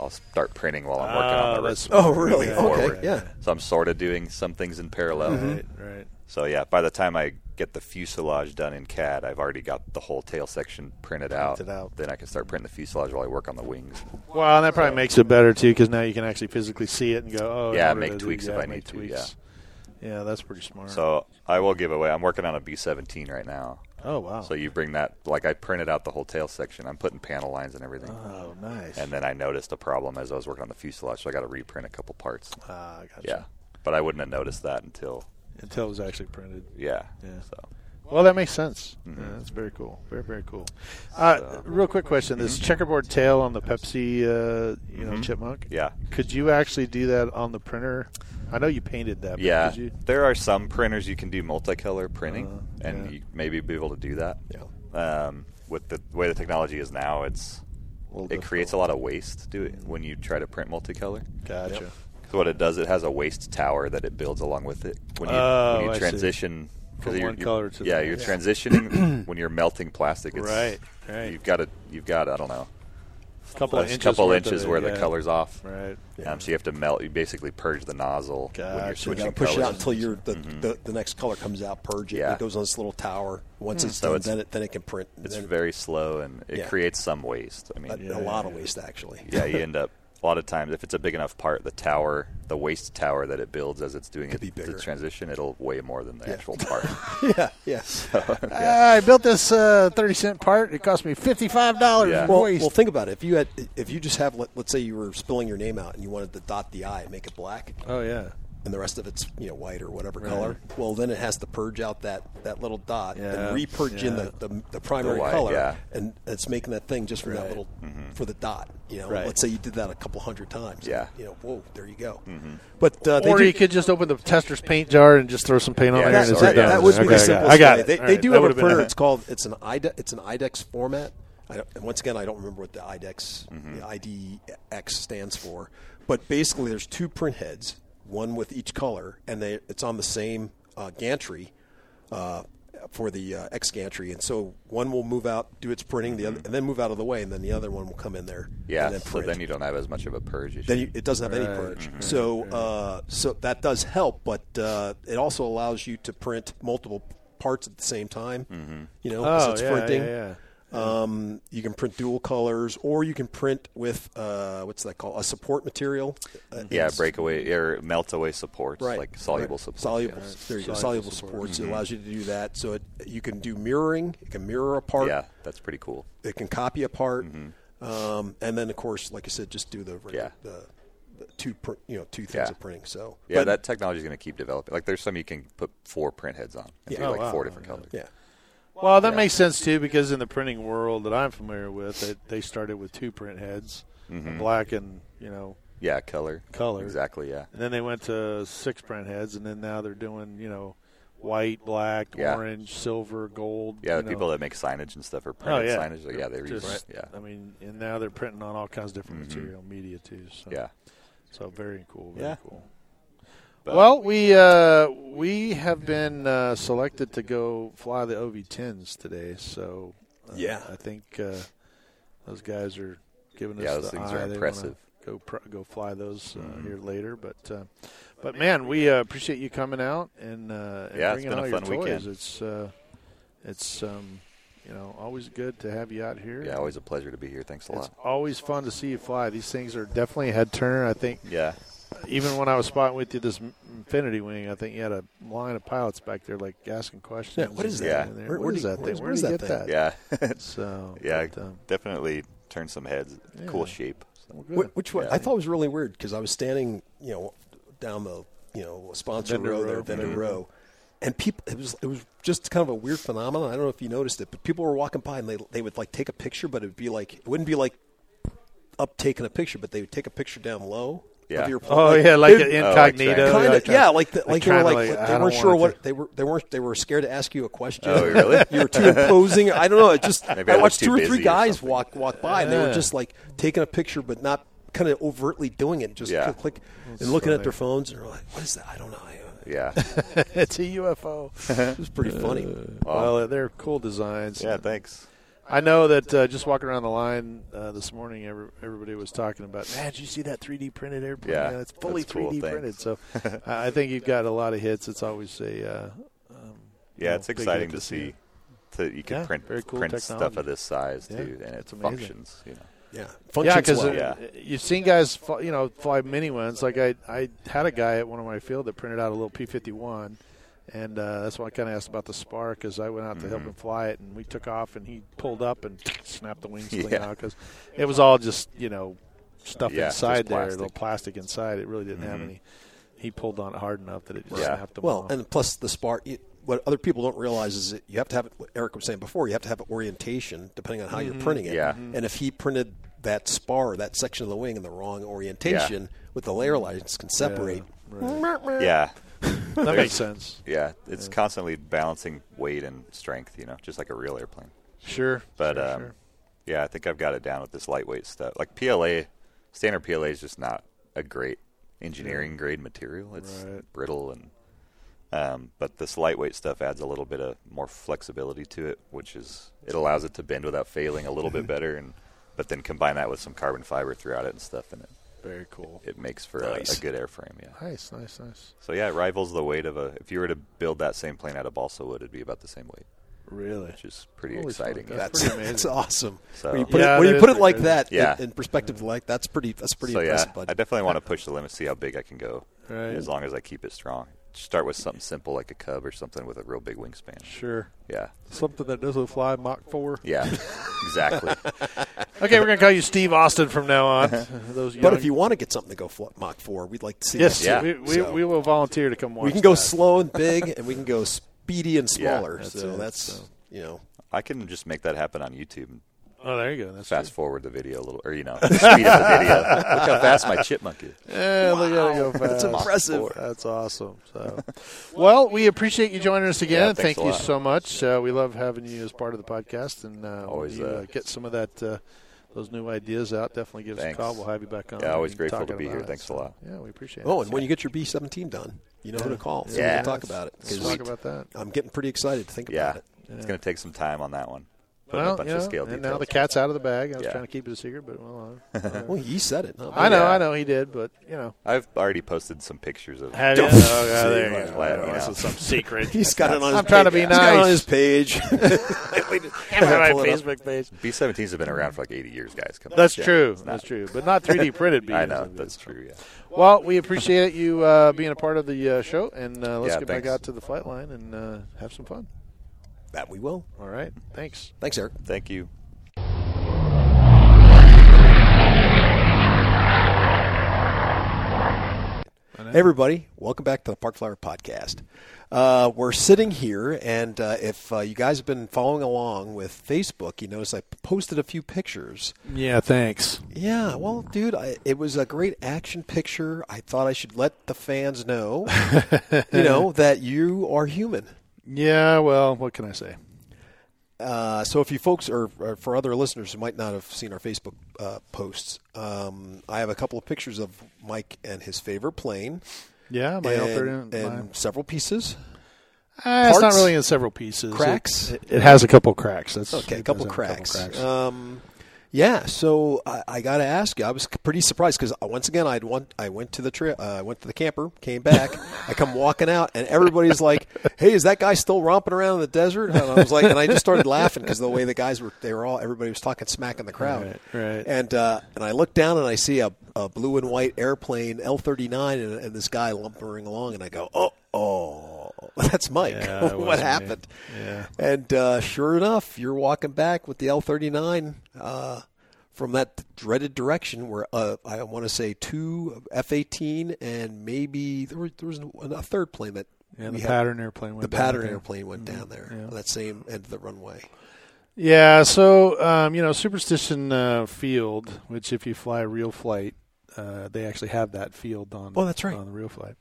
I'll start printing while I'm working
Ah,
on the
that's
rest.
Oh, really?
Yeah.
Okay.
Forward.
Yeah.
So I'm sort of doing some things in parallel.
Right. Right.
So yeah, by the time I get the fuselage done in CAD, I've already got the whole tail section printed out.
Printed out.
Then I can start printing the fuselage while I work on the wings.
Well, and that probably makes it better too, because now you can actually physically see it and go, oh, in
Yeah,
order
make
to do-
tweaks if
yeah,
I
make
need to,
tweaks. Yeah, that's pretty smart.
So I will give away. I'm working on a B17 right now.
oh wow.
So you bring that, like I printed out the whole tail section. I'm putting panel lines and everything.
oh, nice.
And then I noticed a problem as I was working on the fuselage, so I got to reprint a couple parts.
ah, gotcha.
Yeah, but I wouldn't have noticed that until
Until it was actually printed.
yeah. Mm-hmm.
Yeah.
So
Well, that makes sense. Yeah, that's very cool. Very very cool. Uh, Real quick question: This
Mm-hmm.
checkerboard tail on the Pepsi, uh, you know, chipmunk.
yeah,
Could you actually do that on the printer? I know you painted that. But
yeah.
Could you?
There are some printers you can do multicolor printing,
Uh,
and
yeah.
you maybe be able to do that.
Yeah.
Um, with the way the technology is now, it's
Little
it creates a lot of waste. Do it when you try to print multicolor.
Gotcha.
So what it does, it has a waist tower that it builds along with it. When you,
Oh,
when
I
you
see.
transition, 'cause
From
you're-
one
you're-
color to the
yeah,
next.
you're transitioning when you're melting plastic. It's,
Right, right.
You've got to, you've got I don't know,
A couple
a
of inches.
couple
worth of
inches
it,
where
yeah.
the color's off.
Right.
Um, so you have to melt. You basically purge the nozzle when you're
Gotcha.
You
switching
got to push it
colors. Mm-hmm.
out until you're the, the, the next color comes out, purge it. and
Yeah. Hmm.
It goes on this little tower. Once it's
So
done,
it's-
then it then it can print. and
it's
then
very slow and it
Yeah.
creates some waste. I mean,
a, a lot of waste actually.
yeah, you end up a lot of times if it's a big enough part, the tower, the waste tower that it builds as it's doing it,
be
the
bigger.
transition, it'll weigh more than the actual part.
yeah, yeah.
I built this uh, thirty cent part. It cost me fifty five dollars.
Yeah.
Well, well, think about it. If you had, if you just have, let, let's say you were spilling your name out and you wanted to dot the I and make it black,
oh yeah.
and the rest of it's you know white or whatever color. Well, then it has to purge out that, that little dot
Yeah.
and repurge in
Yeah.
the, the, the primary
The white,
color,
yeah.
and it's making that thing just for
Right. Mm-hmm.
that little for the dot. You know,
Right.
let's say you did that a couple hundred times.
Yeah.
you know, whoa, there you go. But uh, they
Mm-hmm. or
do,
you could just open the tester's paint jar and just throw some paint on
Yeah,
there.
that,
and
it's
that-
sit down.
that would be
Okay, I got it.
the simplest
I got
way.
it.
They,
All
they
right,
do
that
have a
would've been-
printer. It's called it's an IDEX, it's an IDEX format. I don't, and once again, I don't remember what the IDEX
Mm-hmm.
the IDX stands for. But basically, there's two print heads, one with each color, and they it's on the same uh, gantry uh, for the uh, X gantry. And so one will move out, do its printing, the other, and then move out of the way, and then the other one will come in there.
Mm-hmm. yeah,
and then
so
print
then you don't have as much of a purge issue.
then you, it doesn't have any purge.
Mm-hmm.
So uh, so that does help, but uh, it also allows you to print multiple parts at the same time. Mm-hmm. You know, 'cause
Oh,
it's
yeah,
printing.
yeah, yeah.
Um, you can print dual colors, or you can print with uh, what's that called? A support material. Uh,
Mm-hmm. yeah,
it's-
breakaway or melt away supports
Right.
like soluble
right.
supports.
Soluble,
yeah. Mm-hmm.
there you go,
Soluble
soluble
support.
supports. It allows you to do that. So it, you can do mirroring. It can mirror a part.
Yeah, that's pretty cool.
It can copy a part. Um, and then, of course, like I said, just do the,
Yeah.
the, the two print, you know two things
Yeah.
of printing. So
Yeah,
but-
that technology is going to keep developing. Like, there's some you can put four print heads on. And
Yeah.
do
Oh,
like
wow.
four different colors.
Yeah.
Well, that makes sense too because in the printing world that I'm familiar with, it, they started with two print heads, black and you know,
Yeah, color.
Color.
Exactly. Yeah.
and then they went to six print heads, and then now they're doing you know, white, black,
Yeah.
orange, silver, gold.
Yeah,
you
the
know.
people that make signage and stuff or
oh
printed
yeah,
signage. Like, yeah, they reuse.
Just-
yeah. Mm-hmm.
I mean, and now they're printing on all kinds of different material media too. So.
yeah.
So very cool. Very
Yeah.
cool.
But-
well, we uh, we have been uh, selected to go fly the OV10s today. So uh,
Yeah.
I think uh, those guys are giving us
Yeah, those
the
things
eye.
are
They wanna
impressive. Mm-hmm.
Go pro- go fly those uh, here later, but uh, but man, we uh, appreciate you coming out and, uh, and
Yeah, it's
bringing
been a
all your
fun
toys.
weekend.
It's uh, it's um, you know always good to have you out here.
Yeah, always a pleasure to be here. Thanks a
It's
lot.
always fun to see you fly. These things are definitely head turner. I think
Yeah.
even when I was spotting with you this Infinity Wing, I think you had a line of pilots back there like asking questions.
Yeah, what is
And-
that?
and
Where-
what
where
is
do you-
that
where
thing?
is-
Where
where is
did you
that
get that?
thing?
Yeah.
So
yeah.
but, um,
Definitely turn some heads. Cool shape. So,
Wh- Which one? I thought it was really weird because I was standing, you know, down the you know sponsor
Vendor
row
row.
there, vendor row, and people. It was it was just kind of a weird phenomenon. I don't know if you noticed it, but people were walking by and they they would like take a picture, but it would be like it wouldn't be like up taking a picture, but they would take a picture down low
Yeah.
of your
Oh yeah, like an
Oh,
incognito.
exactly.
Kind
like
of,
a-
yeah, like the, like they were
kinda
like,
like, I
they
don't
weren't sure
wanna
what
think-
they were they weren't they were scared to ask you a question.
Oh, really?
you were too imposing. I don't know. It just
Maybe I
I
was
watched
too
two or
busy
three
or
guys
something.
walk walk by and they were
Yeah.
just like taking a picture but not kind of overtly doing it. Just
Yeah.
click, click and looking at their phones and they're like, "What is that? I don't know." It
Yeah.
it's a UFO.
was pretty funny.
Well, they're cool designs.
yeah. Thanks.
I know that uh, just walking around the line uh, this morning, every, everybody was talking about, man, did you see that 3D printed airplane?
Yeah,
it's fully
that's a cool
3D
thing.
printed. So I I think you've got a lot of hits. It's always a. Uh, um, you
Yeah,
know,
it's
big hit
exciting to see
it.
that you can
Yeah,
print
very cool
print stuff
technology.
of this size
Yeah,
too, and it
it's amazing.
functions. You know.
Yeah,
Yeah,
functions
because
well.
Yeah.
you've seen guys, fly, you know, fly mini ones. Like I, I had a guy at one of my field that printed out a little P fifty one, and uh, that's why I kind of asked about the spark. Because I went out to help
Mm-hmm.
him fly it, and we took off, and he pulled up and snapped the wing sling
Yeah.
out because it was all just you know stuff
Yeah,
inside
just
there, a
plastic. Mm-hmm.
little plastic inside. It really didn't have any. He pulled on it hard enough that it just
Yeah.
snapped them
Well,
off.
and plus the spark. It, what other people don't realize is that you have to have it. What Eric was saying before, you have to have orientation depending on how you're
Mm-hmm.
printing it.
Yeah. Mhm.
And if he printed that spar, that section of the wing in the wrong orientation, with the layer lines can separate.
Yeah.
that makes sense.
Yeah. It's constantly balancing weight and strength. You know, just like a real airplane.
Sure,
But
sure,
um,
sure.
yeah, I think I've got it down with this lightweight stuff. Like PLA, standard PLA is just not a great engineering grade material. It's
Right.
brittle and um, but this lightweight stuff adds a little bit of more flexibility to it, which is it allows it to bend without failing a little bit better, and but then combine that with some carbon fiber throughout it and stuff, and it,
very cool.
it makes for a-
Nice.
a, good airframe. Yeah.
Nice, nice, nice.
So yeah, it rivals the weight of a. If you were to build that same plane out of balsa wood, it'd be about the same weight,
Really,
which is pretty
Holy smoke,
exciting.
that's
yeah.
That's
Pretty amazing.
that's awesome.
So-
when you put
Yeah,
it, when
that
you
is
put it
pretty
like
good.
that,
Yeah.
in, in perspective like that's pretty. That's pretty
so yeah,
impressive. bud.
I definitely want to push the limits, see how big I can go,
Right.
as long as I keep it strong. Start with something simple like a cub or something with a real big wingspan.
sure.
Yeah,
Something that doesn't fly Mach four.
yeah, exactly.
Okay, we're gonna call you Steve Austin from now on. Those
but
young-
if you want to get something to go fl- Mach four, we'd like to see.
yes,
that.
Yeah.
we, we,
So-
we will volunteer to come watch.
we can go
that.
slow and big, and we can go speedy and
Yeah,
smaller.
that's
so
it,
that's
so.
you know.
I can just make that happen on YouTube and
Oh, there you go. That's
fast forward the video a little, or you know, speed up the video. Look how fast my chipmunk is.
Good. Yeah, look at it go
That's
fast.
impressive.
That's awesome. So, well, we appreciate you joining us again.
Yeah, thanks
Thank
a
you
lot.
so much. Uh, we love having you as part of the podcast, and uh,
Always,
when you,
uh,
get some of that. Uh, those new ideas out. Definitely give us
Thanks.
a call. We'll have you back on.
Yeah, always
We can
grateful
talk
to be
about
here.
it.
Thanks a
So,
lot.
Yeah, we appreciate
Oh,
it.
and when you get your B seventeen done, you know who to call. So we
Yeah.
can talk about it. 'cause
Let's talk about that.
I'm getting pretty excited to think
Yeah,
about it.
it's gonna take some time on that one. Putting
Well,
a bunch
you know,
of scale
and
details.
now the cat's out of the bag. I was
Yeah.
trying to keep it a secret, but well, I-
Well, he said it. not me.
I know,
Yeah.
I know he did, but you know.
I've already posted some pictures of.
Have you? Oh, yeah, there you
Well, you
go. This
know.
is some secret.
He's got it on. His
I'm trying to
page.
be
He's got it on
nice.
his page.
Come on, my
Pull it up.
Facebook page.
B17s have been around for like 80 years, guys. Come on.
That's
Yeah,
true.
it's not-
That's true. But not 3D printed.
I
beans.
know. That's true. Yeah.
Well, we appreciate you uh, being a part of the uh, show, and uh, let's
Yeah,
get
thanks.
back out to the flight line and uh, have some fun.
that we will.
All right. Thanks.
Thanks, Eric.
Thank you.
Hey, everybody. Welcome back to the Park Flyer Podcast. Uh, we're sitting here, and uh, if uh, you guys have been following along with Facebook, you notice I posted a few pictures.
Yeah. Thanks.
Yeah, well, dude, I, it was a great action picture. I thought I should let the fans know, you know, that you are human.
Yeah. Well, what can I say?
Uh, so, if you folks or, or for other listeners who might not have seen our Facebook uh, posts, um, I have a couple of pictures of Mike and his favorite plane,
Yeah. My
and,
outfit- my-
and several pieces.
Ah, it's not
parts?
really in several pieces. It-
Cracks?
It, it has a couple cracks. That's
Okay,
it
a couple
does have
cracks.
Uh,
Um, yeah, so I, I got to ask you. I was pretty surprised because once again, I'd want I went to the trip. Uh, I went to the camper, came back. I come walking out, and everybody's like, "Hey, is that guy still romping around in the desert?" And I was like, and I just started laughing because the way the guys were, they were all everybody was talking smack in the crowd.
Right, right.
And uh, and I look down and I see a, a blue and white airplane L thirty nine, and and this guy lumbering along, and I go, "Oh, oh, that's Mike.
Yeah, it was
what
me.
happened?"
Yeah.
And uh, sure enough, you're walking back with the L39 uh, from that dreaded direction where uh, I want to say two F18 and maybe there was, there was a third plane that
Yeah,
we
the
had-
pattern airplane. Went
the
down
pattern
there. Mm-hmm.
airplane went down there on that same end of the runway.
Yeah, so um, you know, Superstition uh, Field, which if you fly a real flight, uh, they actually have that field on.
Oh, that's right.
on the real flight.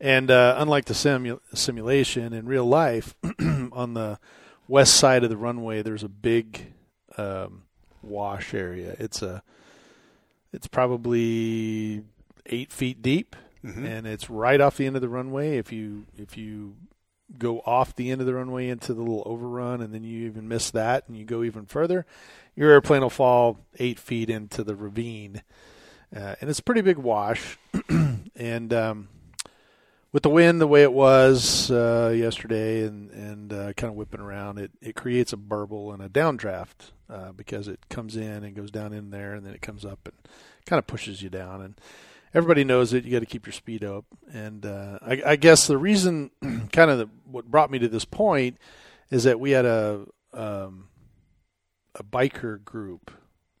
And uh, unlike the simu- simulation in real life, on the west side of the runway, there's a big um, wash area. It's a it's probably eight feet deep,
Mm-hmm.
and it's right off the end of the runway. If you if you go off the end of the runway into the little overrun, and then you even miss that, and you go even further, your airplane will fall eight feet into the ravine, uh, and it's a pretty big wash. and um, with the wind the way it was uh, yesterday, and and uh, kind of whipping around, it it creates a burble and a downdraft uh, because it comes in and goes down in there, and then it comes up and kind of pushes you down and everybody knows it. You got to keep your speed up. And uh, I, I guess the reason, kind of the, what brought me to this point, is that we had a um, a biker group.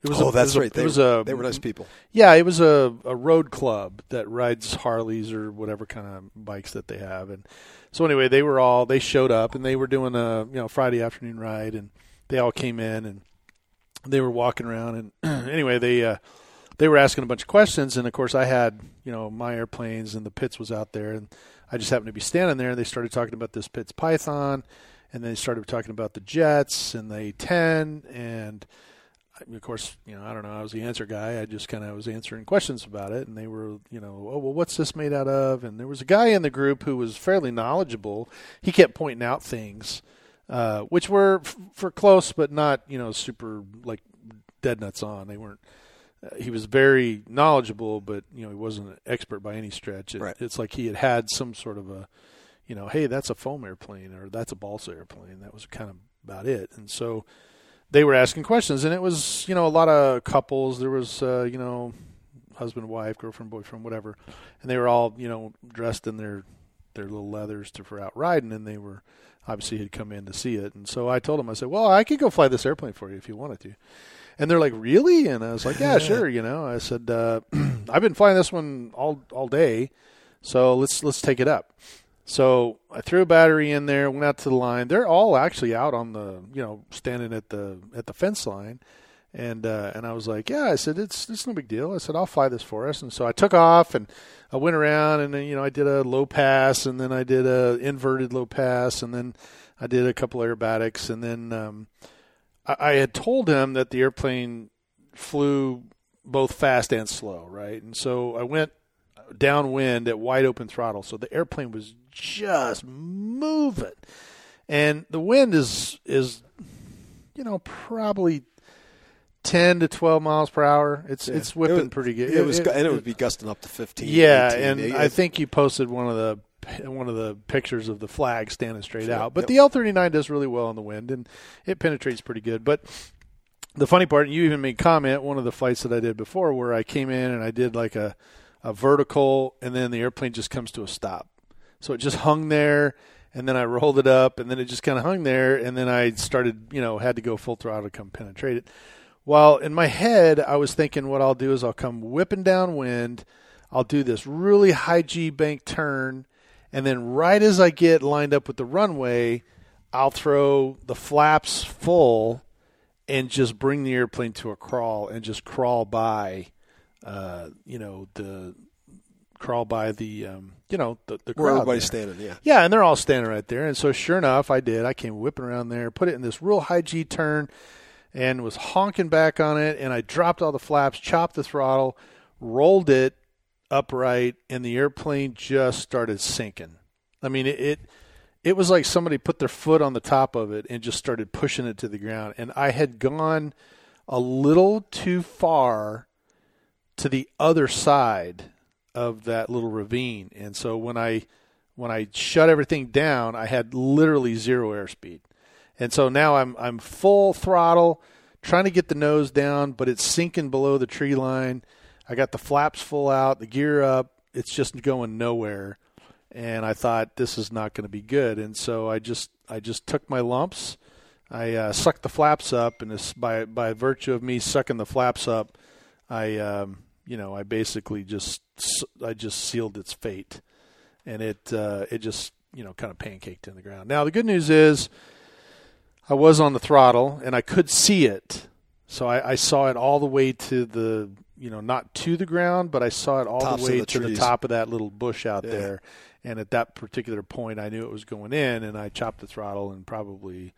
It was
oh,
a,
that's
it was a-
right. They,
it was
were-
a
they were nice people.
yeah, it was a, a road club that rides Harleys or whatever kind of bikes that they have. And so anyway, they were all they showed up and they were doing a you know Friday afternoon ride and they all came in and they were walking around and anyway they uh, they were asking a bunch of questions and of course I had you know my airplanes and the pits was out there and I just happened to be standing there and they started talking about this pits python and they started talking about the jets and the A10 and I- of course, you know, I don't know. I was the answer guy. I just kind of was answering questions about it, and they were, you know, oh well, what's this made out of? And there was a guy in the group who was fairly knowledgeable. He kept pointing out things, uh, which were f- for close, but not, you know, super like dead nuts on. They weren't. Uh, he was very knowledgeable, but you know, he wasn't an expert by any stretch. It,
Right.
It's like he had had some sort of a, you know, hey, that's a foam airplane or that's a balsa airplane. That was kind of about it, and so they were asking questions and it was you know a lot of couples there was uh, you know husband wife girlfriend boyfriend whatever and they were all you know dressed in their their little leathers to for out riding and they were obviously had come in to see it and so i told them i said well i could go fly this airplane for you if you wanted to and they're like really and i was like yeah sure you know i said uh, i've been flying this one all all day so let's let's take it up so I threw a battery in there, went out to the line. They're all actually out on the, you know, standing at the at the fence line, and uh, and I was like, yeah, I said it's it's no big deal. I said I'll fly this for us, and so I took off and I went around and then, you know I did a low pass and then I did a inverted low pass and then I did a couple aerobatics and then um, I, I had told him that the airplane flew both fast and slow, right? And so I went downwind at wide open throttle. So the airplane was just moving. And the wind is is you know probably 10 to 12 miles per hour. It's it's whipping
It was-
pretty good.
It, was, gu- and it would be gusting up to fifteen.
Yeah,
18.
and
It-
I
it-
think you posted one of the one of the pictures of the flag standing straight
Sure,
out. But
yep.
the L thirty nine does really well in the wind, and it penetrates pretty good. But the funny part, and you even made comment one of the flights that I did before, where I came in and I did like a a vertical, and then the airplane just comes to a stop. So it just hung there, and then I rolled it up, and then it just kind of hung there, and then I started, you know, had to go full throttle to come penetrate it. Well, in my head, I was thinking what I'll do is I'll come whipping downwind, I'll do this really high G bank turn, and then right as I get lined up with the runway, I'll throw the flaps full and just bring the airplane to a crawl and just crawl by, uh, you know, the crawl by the, um, you know, the, the crowd.
where everybody's
there.
standing. Yeah,
Yeah, and they're all standing right there. And so, sure enough, I did. I came whipping around there, put it in this real high G turn, and was honking back on it. And I dropped all the flaps, chopped the throttle, rolled it upright, and the airplane just started sinking. I mean, it. it it was like somebody put their foot on the top of it and just started pushing it to the ground. And I had gone a little too far to the other side of that little ravine. And so when I when I shut everything down, I had literally zero airspeed. And so now I'm I'm full throttle, trying to get the nose down, but it's sinking below the tree line. I got the flaps full out, the gear up. It's just going nowhere. And I thought this is not going to be good. And so I just I just took my lumps. I uh, sucked the flaps up, and it's by by virtue of me sucking the flaps up, I um, you know I basically just s- I just sealed its fate, and it uh, it just you know kind of pancaked in the ground. Now the good news is, I was on the throttle and I could see it, so I, I saw it all the way to the you know, not to the ground, but I saw it all
Tops
the
of
way
the
to the
trees.
top of that little bush out
Yeah.
there. And at that particular point, I knew it was going in, and I chopped the throttle, and probably,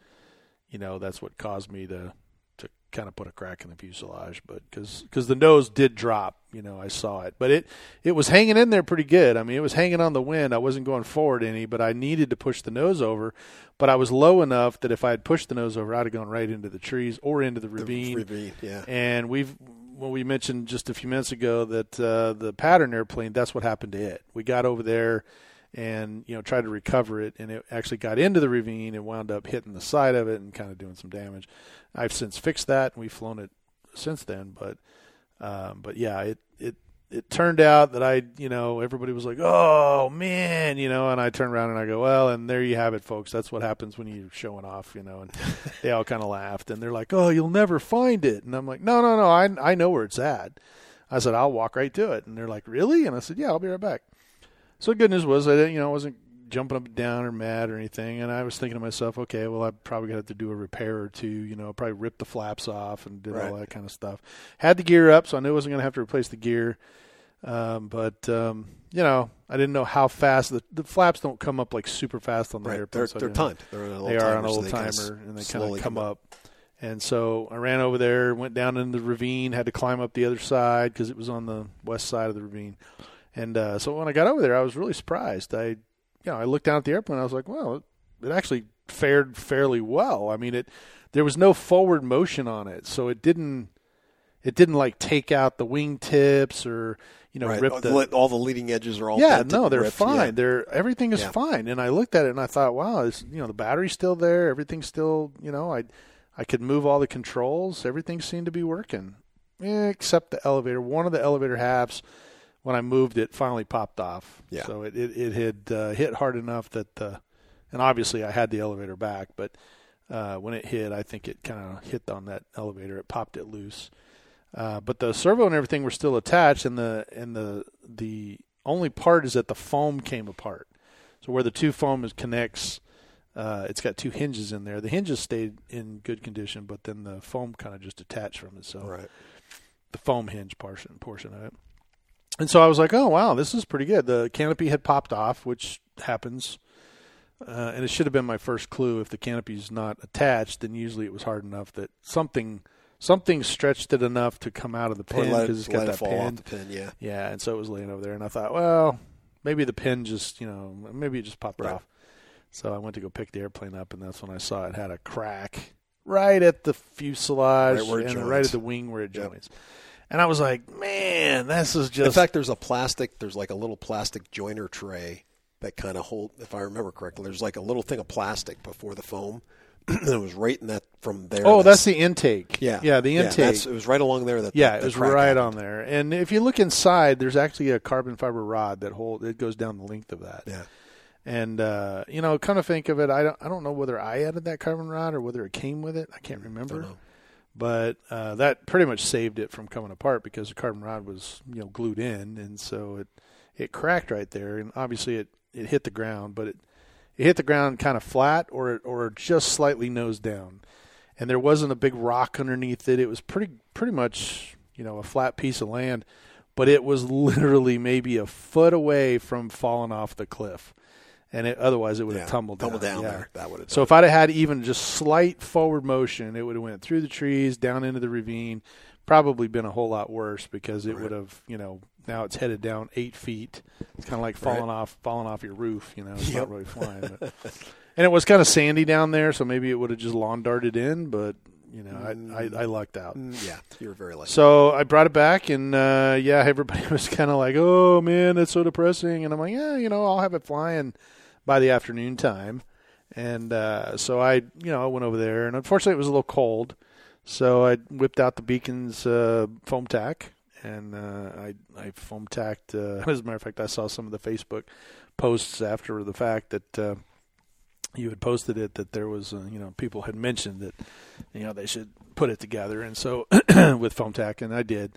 you know, that's what caused me to to kind of put a crack in the fuselage, but because the nose did drop, you know, I saw it, but it it was hanging in there pretty good. I mean, it was hanging on the wind. I wasn't going forward any, but I needed to push the nose over, but I was low enough that if I had pushed the nose over, I'd have gone right into the trees or into the ravine.
Ravine, yeah.
And we've well, we mentioned just a few minutes ago that uh, the pattern airplane. That's what happened to it. We got over there and you know tried to recover it, and it actually got into the ravine and wound up hitting the side of it and kind of doing some damage. I've since fixed that, and we've flown it since then. But um, but yeah, it it it turned out that I you know everybody was like, oh man, you know, and I turned around and I go, well, and there you have it, folks. That's what happens when you're showing off, you know. And they all kind of laughed and they're like, oh, you'll never find it. And I'm like, no, no, no, I I know where it's at. I said, I'll walk right to it. And they're like, really? And I said, yeah, I'll be right back. So the good news was I didn't, you know, I wasn't jumping up and down or mad or anything. And I was thinking to myself, okay, well, I'm probably gonna have to do a repair or two. You know, probably rip the flaps off and did all
Right.
that kind of stuff. Had the gear up, so I knew I wasn't gonna have to replace the gear. Um, but um, you know, I didn't know how fast the, the flaps don't come up like super fast on the
Right.
airplane.
They're,
so I
they're
didn't know
timed. They're on
they are
old
an
timers,
old
kinda
timer,
s-
and they kind
slowly
of come up. And so I ran over there, went down into the ravine, had to climb up the other side because it was on the west side of the ravine. And uh, so when I got over there, I was really surprised. I, you know, I looked down at the airplane. I was like, well, it actually fared fairly well. I mean, it there was no forward motion on it, so it didn't it didn't like take out the wingtips or you know
Right. Oh,
rip
all,
the
the, all the leading edges are all
yeah,
bent
no,
and
they're
ripped, yeah.
fine. They're everything is
Yeah.
fine. And I looked at it and I thought, wow, it's, you know, the battery's still there. Everything's still, you know, I I could move all the controls. Everything seemed to be working, Eh, except the elevator. One of the elevator halves, when I moved it, finally popped off.
Yeah.
So it it, it had uh, hit hard enough that, uh, and obviously I had the elevator back, but uh, when it hit, I think it kind of hit on that elevator. It popped it loose. Uh, but the servo and everything were still attached, and the and the the only part is that the foam came apart. So where the two foam is connects, uh, it's got two hinges in there. The hinges stayed in good condition, but then the foam kind of just detached from itself
Right.
the foam hinge portion portion of it. And so I was like, "Oh wow, this is pretty good." The canopy had popped off, which happens, uh, and it should have been my first clue. If the canopy's not attached, then usually it was hard enough that something something stretched it enough to come out of the
Or
pin
let it-
because it's
let
got
it
that
fall off
pin.
the pin. Yeah.
Yeah, and so it was laying over there, and I thought, well, maybe the pin just, you know, maybe it just popped
Right.
off. So I went to go pick the airplane up, and that's when I saw it had a crack right at the fuselage
Right where it
and
joins.
right at the wing where it
Yep.
joins. And I was like, man, this is just.
In fact, there's a plastic. There's like a little plastic joiner tray that kind of hold. If I remember correctly, there's like a little thing of plastic before the foam, and it was right in that from there.
oh, that's the intake.
yeah,
yeah, the intake.
that's- it was right along there. That
Yeah,
that-
it
that
was
crack
right on
happened.
there. And if you look inside, there's actually a carbon fiber rod that hold it goes down the length of that.
Yeah.
And uh, you know, kind of think of it. I don't. I don't know whether I added that carbon rod or whether it came with it. I
Mm,
can't remember. But uh, that pretty much saved it from coming apart because the carbon rod was you know glued in, and so it it cracked right there. And obviously it it hit the ground, but it it hit the ground kind of flat or or just slightly nose down and there wasn't a big rock underneath it. It was pretty pretty much you know a flat piece of land, but it was literally maybe a foot away from falling off the cliff, and it, otherwise it would
Yeah,
have tumbled
tumbled
down,
down,
Yeah.
there. That would have.
So if I'd have had even just slight forward motion, it would have went through the trees, down into the ravine. Probably been a whole lot worse because it would have, you know, now it's headed down eight feet. It's kind of like falling off, falling off your roof. You know, it's not really flying. But. and it was kind of sandy down there, so maybe it would have just lawn darted in. But you know, I, I, I lucked out.
yeah, you were very lucky.
So I brought it back, and uh, yeah, everybody was kind of like, "Oh man, that's so depressing." And I'm like, "Yeah, you know, I'll have it flying by the afternoon time." And uh, so I, you know, I went over there, and unfortunately, it was a little cold, so I whipped out the Beacon's uh, foam tack, and uh, I I foam tacked. Uh, as a matter of fact, I saw some of the Facebook posts after the fact that. Uh, you had posted it that there was, uh, you know, people had mentioned that, you know, they should put it together, and so with foam tack, and I did,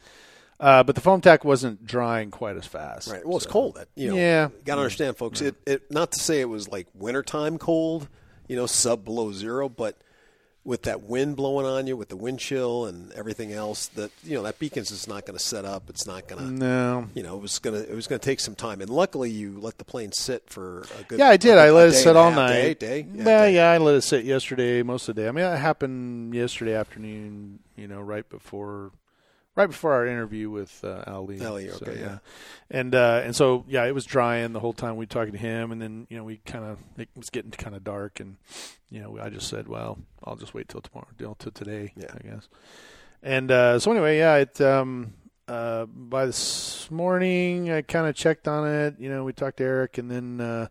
uh, but the foam tack wasn't drying quite as fast.
Right. Well, it's
So-
cold. That you know.
Yeah.
Got to understand, folks. It, it not to say it was like wintertime cold, you know, sub below zero, but with that wind blowing on you, with the wind chill and everything else, that you know that beacons is not going to set up. It's not going to.
No.
You know, it was gonna it was gonna take some time, and luckily you let the plane sit for a good.
Yeah, I did.
a
I
good
let it
day
sit
and a
all
half,
night.
Day, day.
Yeah,
day.
yeah, I let it sit yesterday, most of the day. I mean, it happened yesterday afternoon. You know, right before, right before our interview with uh, Ali.
Ali,
So,
okay, yeah.
And uh, and so yeah, it was drying the whole time we talking to him, and then you know we kind of it was getting kind of dark, and you know I just said, well, I'll just wait till tomorrow, till till today,
Yeah.
I guess. And uh, so anyway, yeah, it um, uh, by this morning I kind of checked on it. You know, we talked to Eric, and then uh,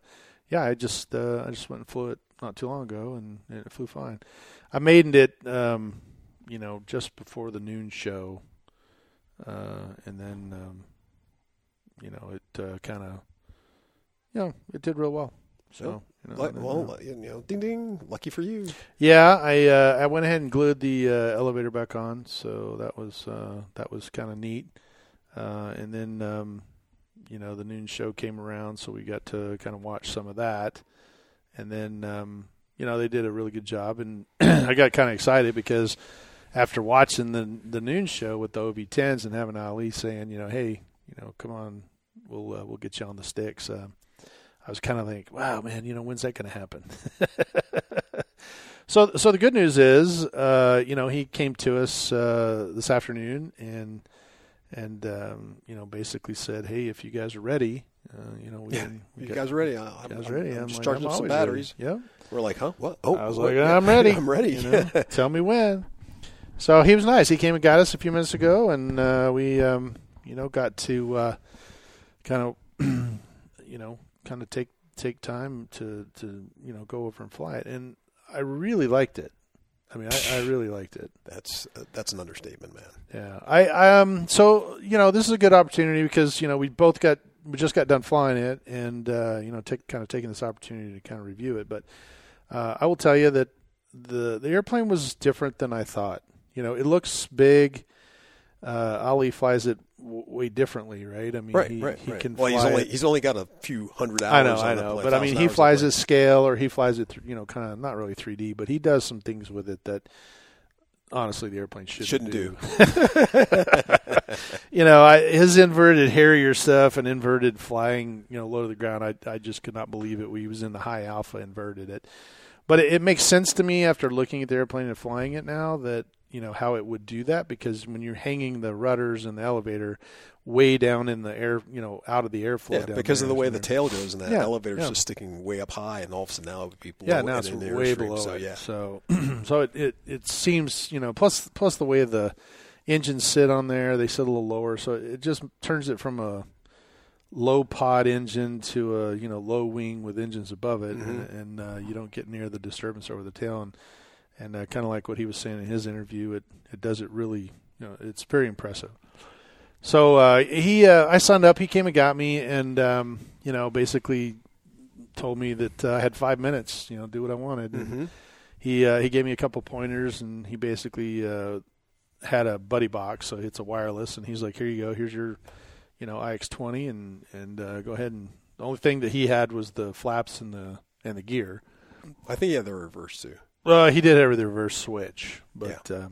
yeah, I just uh, I just went and flew it not too long ago, and it flew fine. I maidened it, um, you know, just before the noon show, uh, and then um, you know it uh, kind of you know it did real well. So you know,
Lu-
and then, uh,
well, you know, ding ding, lucky for you.
yeah, I uh, I went ahead and glued the uh, elevator back on, so that was uh, that was kind of neat. Uh, and then um, you know the noon show came around, so we got to kind of watch some of that. And then um, you know they did a really good job, and I got kind of excited because after watching the the noon show with the OV tens and having Ali saying, you know, hey, you know, come on, we'll uh, we'll get you on the sticks. Uh, I was kind of like, wow, man, you know, when's that going to happen? So, so the good news is, uh, you know, he came to us uh, this afternoon and and um, you know basically said, hey, if you guys are ready, uh, you know, we,
Yeah,
can- we
You
got-
guys ready? I- I'm,
you guys
I'm-
ready?
I'm
I'm
just
like,
charging
I'm
up some
always ready.
batteries.
Yeah.
We're like, huh? What? Oh,
I was
what?
like,
Yeah,
I'm ready.
I'm ready.
You know, tell me when. So he was nice. He came and got us a few minutes ago, and uh, we, um, you know, got to uh, kind of, you know, kind of take take time to to you know go over and fly it, and I really liked it. I mean, I, I really liked it.
That's uh, that's an understatement, man.
Yeah, I, I um. So you know, this is a good opportunity because you know we both got we just got done flying it, and uh, you know, take kind of taking this opportunity to kind of review it. But uh, I will tell you that the the airplane was different than I thought. You know, it looks big. Uh, Ali flies it w- way differently, right? I mean,
Right,
he,
right,
he
right.
can.
well,
fly
he's only
it-
he's only got a few hundred hours.
I know,
on
I
that
know,
plane,
but I
1,000
mean, he
hours on
flies
the
at scale, or he flies it, th- you know, kind of not really 3D, but he does some things with it that honestly the airplane shouldn't,
Shouldn't do.
you know, I, his inverted Harrier stuff and inverted flying, you know, low to the ground. I I just could not believe it. We was in the high alpha inverted it, but it, it makes sense to me after looking at the airplane and flying it now that you know how it would do that because when you're hanging the rudders and the elevator way down in the air, you know, out of the airflow.
Yeah,
down
because of
there
the
is
way
in
the
there.
tail goes, and that
Yeah,
elevator's
yeah.
just sticking way up high, and all of a sudden now it would be below
Yeah,
it
now
and
it's
in the
way
airstream.
below
So
it.
yeah,
So, so it, it it seems you know plus plus the way the engines sit on there, they sit a little lower, so it just turns it from a low pod engine to a you know low wing with engines above it,
Mm-hmm.
and, and uh, you don't get near the disturbance over the tail, and and uh, kind of like what he was saying in his interview, it it does it really you know it's very impressive. So uh, he, uh, I signed up. He came and got me, and um, you know, basically told me that uh, I had five minutes. You know, do what I wanted. And He uh, he gave me a couple pointers, and he basically uh, had a buddy box, so it's a wireless, and he's like, "Here you go. Here's your, you know, IX20, and and uh, go ahead and." The only thing that he had was the flaps and the and the gear.
I think yeah, they're reversed too.
Well, he did have the reverse switch, but uh,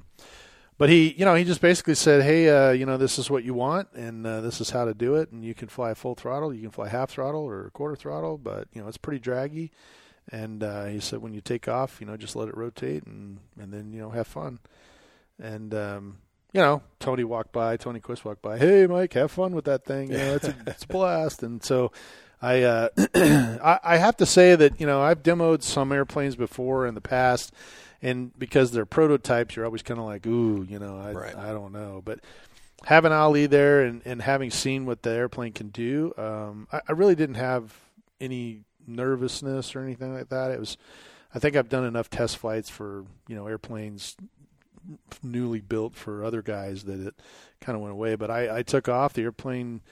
but he, you know, he just basically said, "Hey, uh, you know, this is what you want, and uh, this is how to do it, and you can fly full throttle, you can fly half throttle or quarter throttle, but you know, it's pretty draggy." And uh, he said, "When you take off, you know, just let it rotate, and and then you know, have fun." And um, you know, Tony walked by, Tony Quist walked by. Hey, Mike, have fun with that thing. You know, it's a, it's a blast. And so, I, uh, I I have to say that you know I've demoed some airplanes before in the past, and because they're prototypes, you're always kind of like, ooh, you know, I
Right.
I don't know, but. Having Ali there and, and having seen what the airplane can do, um, I, I really didn't have any nervousness or anything like that. It was, I think I've done enough test flights for you know airplanes newly built for other guys that it kind of went away. But I, I took off. The airplane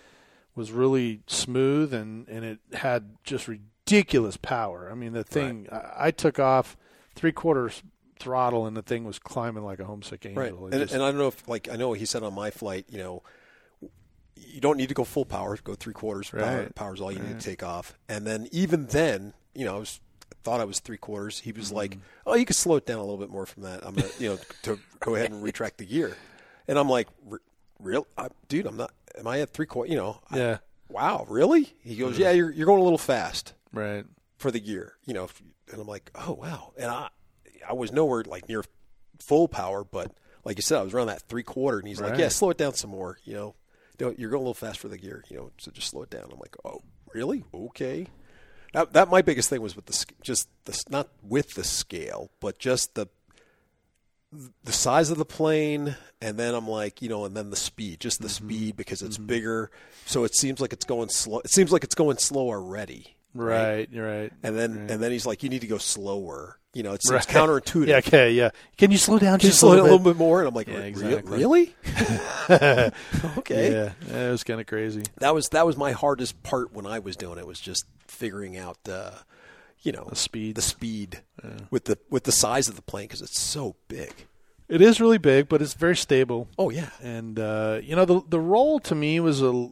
was really smooth and, and it had just ridiculous power. I mean, the thing, I, I took off three quarters throttle and the thing was climbing like a homesick angel.
Right,
It
and,
just-
and I don't know if like I know he said on my flight, you know, you don't need to go full power, go three quarters power.
Right.
Power's all you need to take off, and then even then, you know, I was thought I was three quarters. He
Hmm.
was like, "Oh, you could slow it down a little bit more from that." I'm gonna, you know, to go ahead and retract the gear, and I'm like, "Re- "Real, I, dude? I'm not. Am I at three quarter? You know? I-
Yeah. Hmm.
wow, really?" He goes, "Yeah, you're you're going a little fast
Right.
for the gear, you know." if- And I'm like, "Oh, wow!" And I I was nowhere like near full power, but like you said, I was around that three quarter, and he's like,
Right.
"Yeah, slow it down some more." You know, "No, you're going a little fast for the gear, you know, so just slow it down. I'm like, "Oh, really? Okay." That, that my biggest thing was with the sc- just the s- not with the scale, but just the the size of the plane, and then I'm like, you know, and then the speed, just the speed because it's bigger, so it seems like it's going slow. It seems like it's going slow already.
Right. You're right.
And then and then he's like, you need to go slower. You know, it seems
Right.
counterintuitive.
Yeah. Okay. Yeah. Can you slow down
Can you
just
slow it
a little bit?
bit more? And I'm like, "Re-
exactly.
really? okay.
Yeah. yeah. It was kind of crazy.
That was that was my hardest part when I was doing it was just figuring out the, you know, the
speed.
the speed with the with the size of the plane because it's so big.
It is really big, but it's very stable.
Oh yeah,
And uh, you know, the the roll to me was a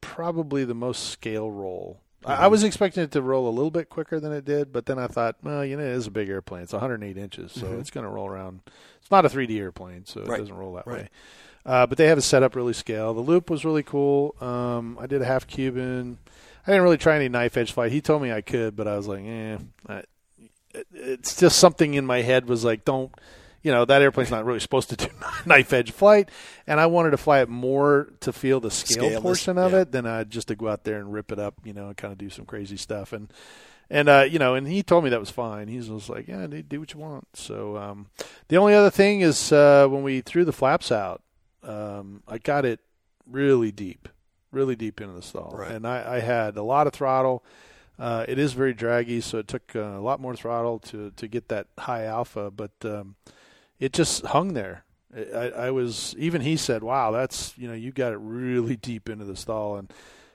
probably the most scale roll. I, I
Mm-hmm.
was expecting it to roll a little bit quicker than it did, but then I thought, well, you know, it is a big airplane. It's 108 inches, so it's going to roll around. It's not a 3D airplane, so
Mm-hmm. Right.
it doesn't roll that
Right.
way. Uh, but they have it set up really scale. The loop was really cool. Um, I did a half Cuban. I didn't really try any knife edge flight. He told me I could, but I was like, eh. I, it, it's just something in my head was like, don't, you know, that airplane's not really supposed to do knife edge flight. And I wanted to fly it more to feel the scale
Scale is-
portion of
yeah.
it than I just to go out there and rip it up, you know, and kind of do some crazy stuff. And, and, uh, you know, and he told me that was fine. He was like, yeah, dude, do what you want. So, um, the only other thing is, uh, when we threw the flaps out, um, I got it really deep, really deep into the stall.
Right.
And I, I had a lot of throttle. Uh, it is very draggy, so it took uh, a lot more throttle to, to get that high alpha, but um, it just hung there. I, I I was even he said, "Wow, that's you know you got it really deep into the stall," and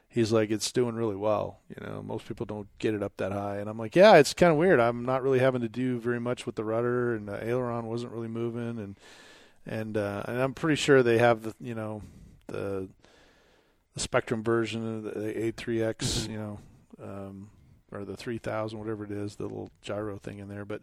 he's like, "It's doing really well." You know, most people don't get it up that high, and I'm like, "Yeah, it's kind of weird. I'm not really having to do very much with the rudder, and the aileron wasn't really moving, and and uh, and I'm pretty sure they have the you know the the Spectrum version of the the A3X,
Mm-hmm.
you know, um, or the 3000, whatever it is, the little gyro thing in there. But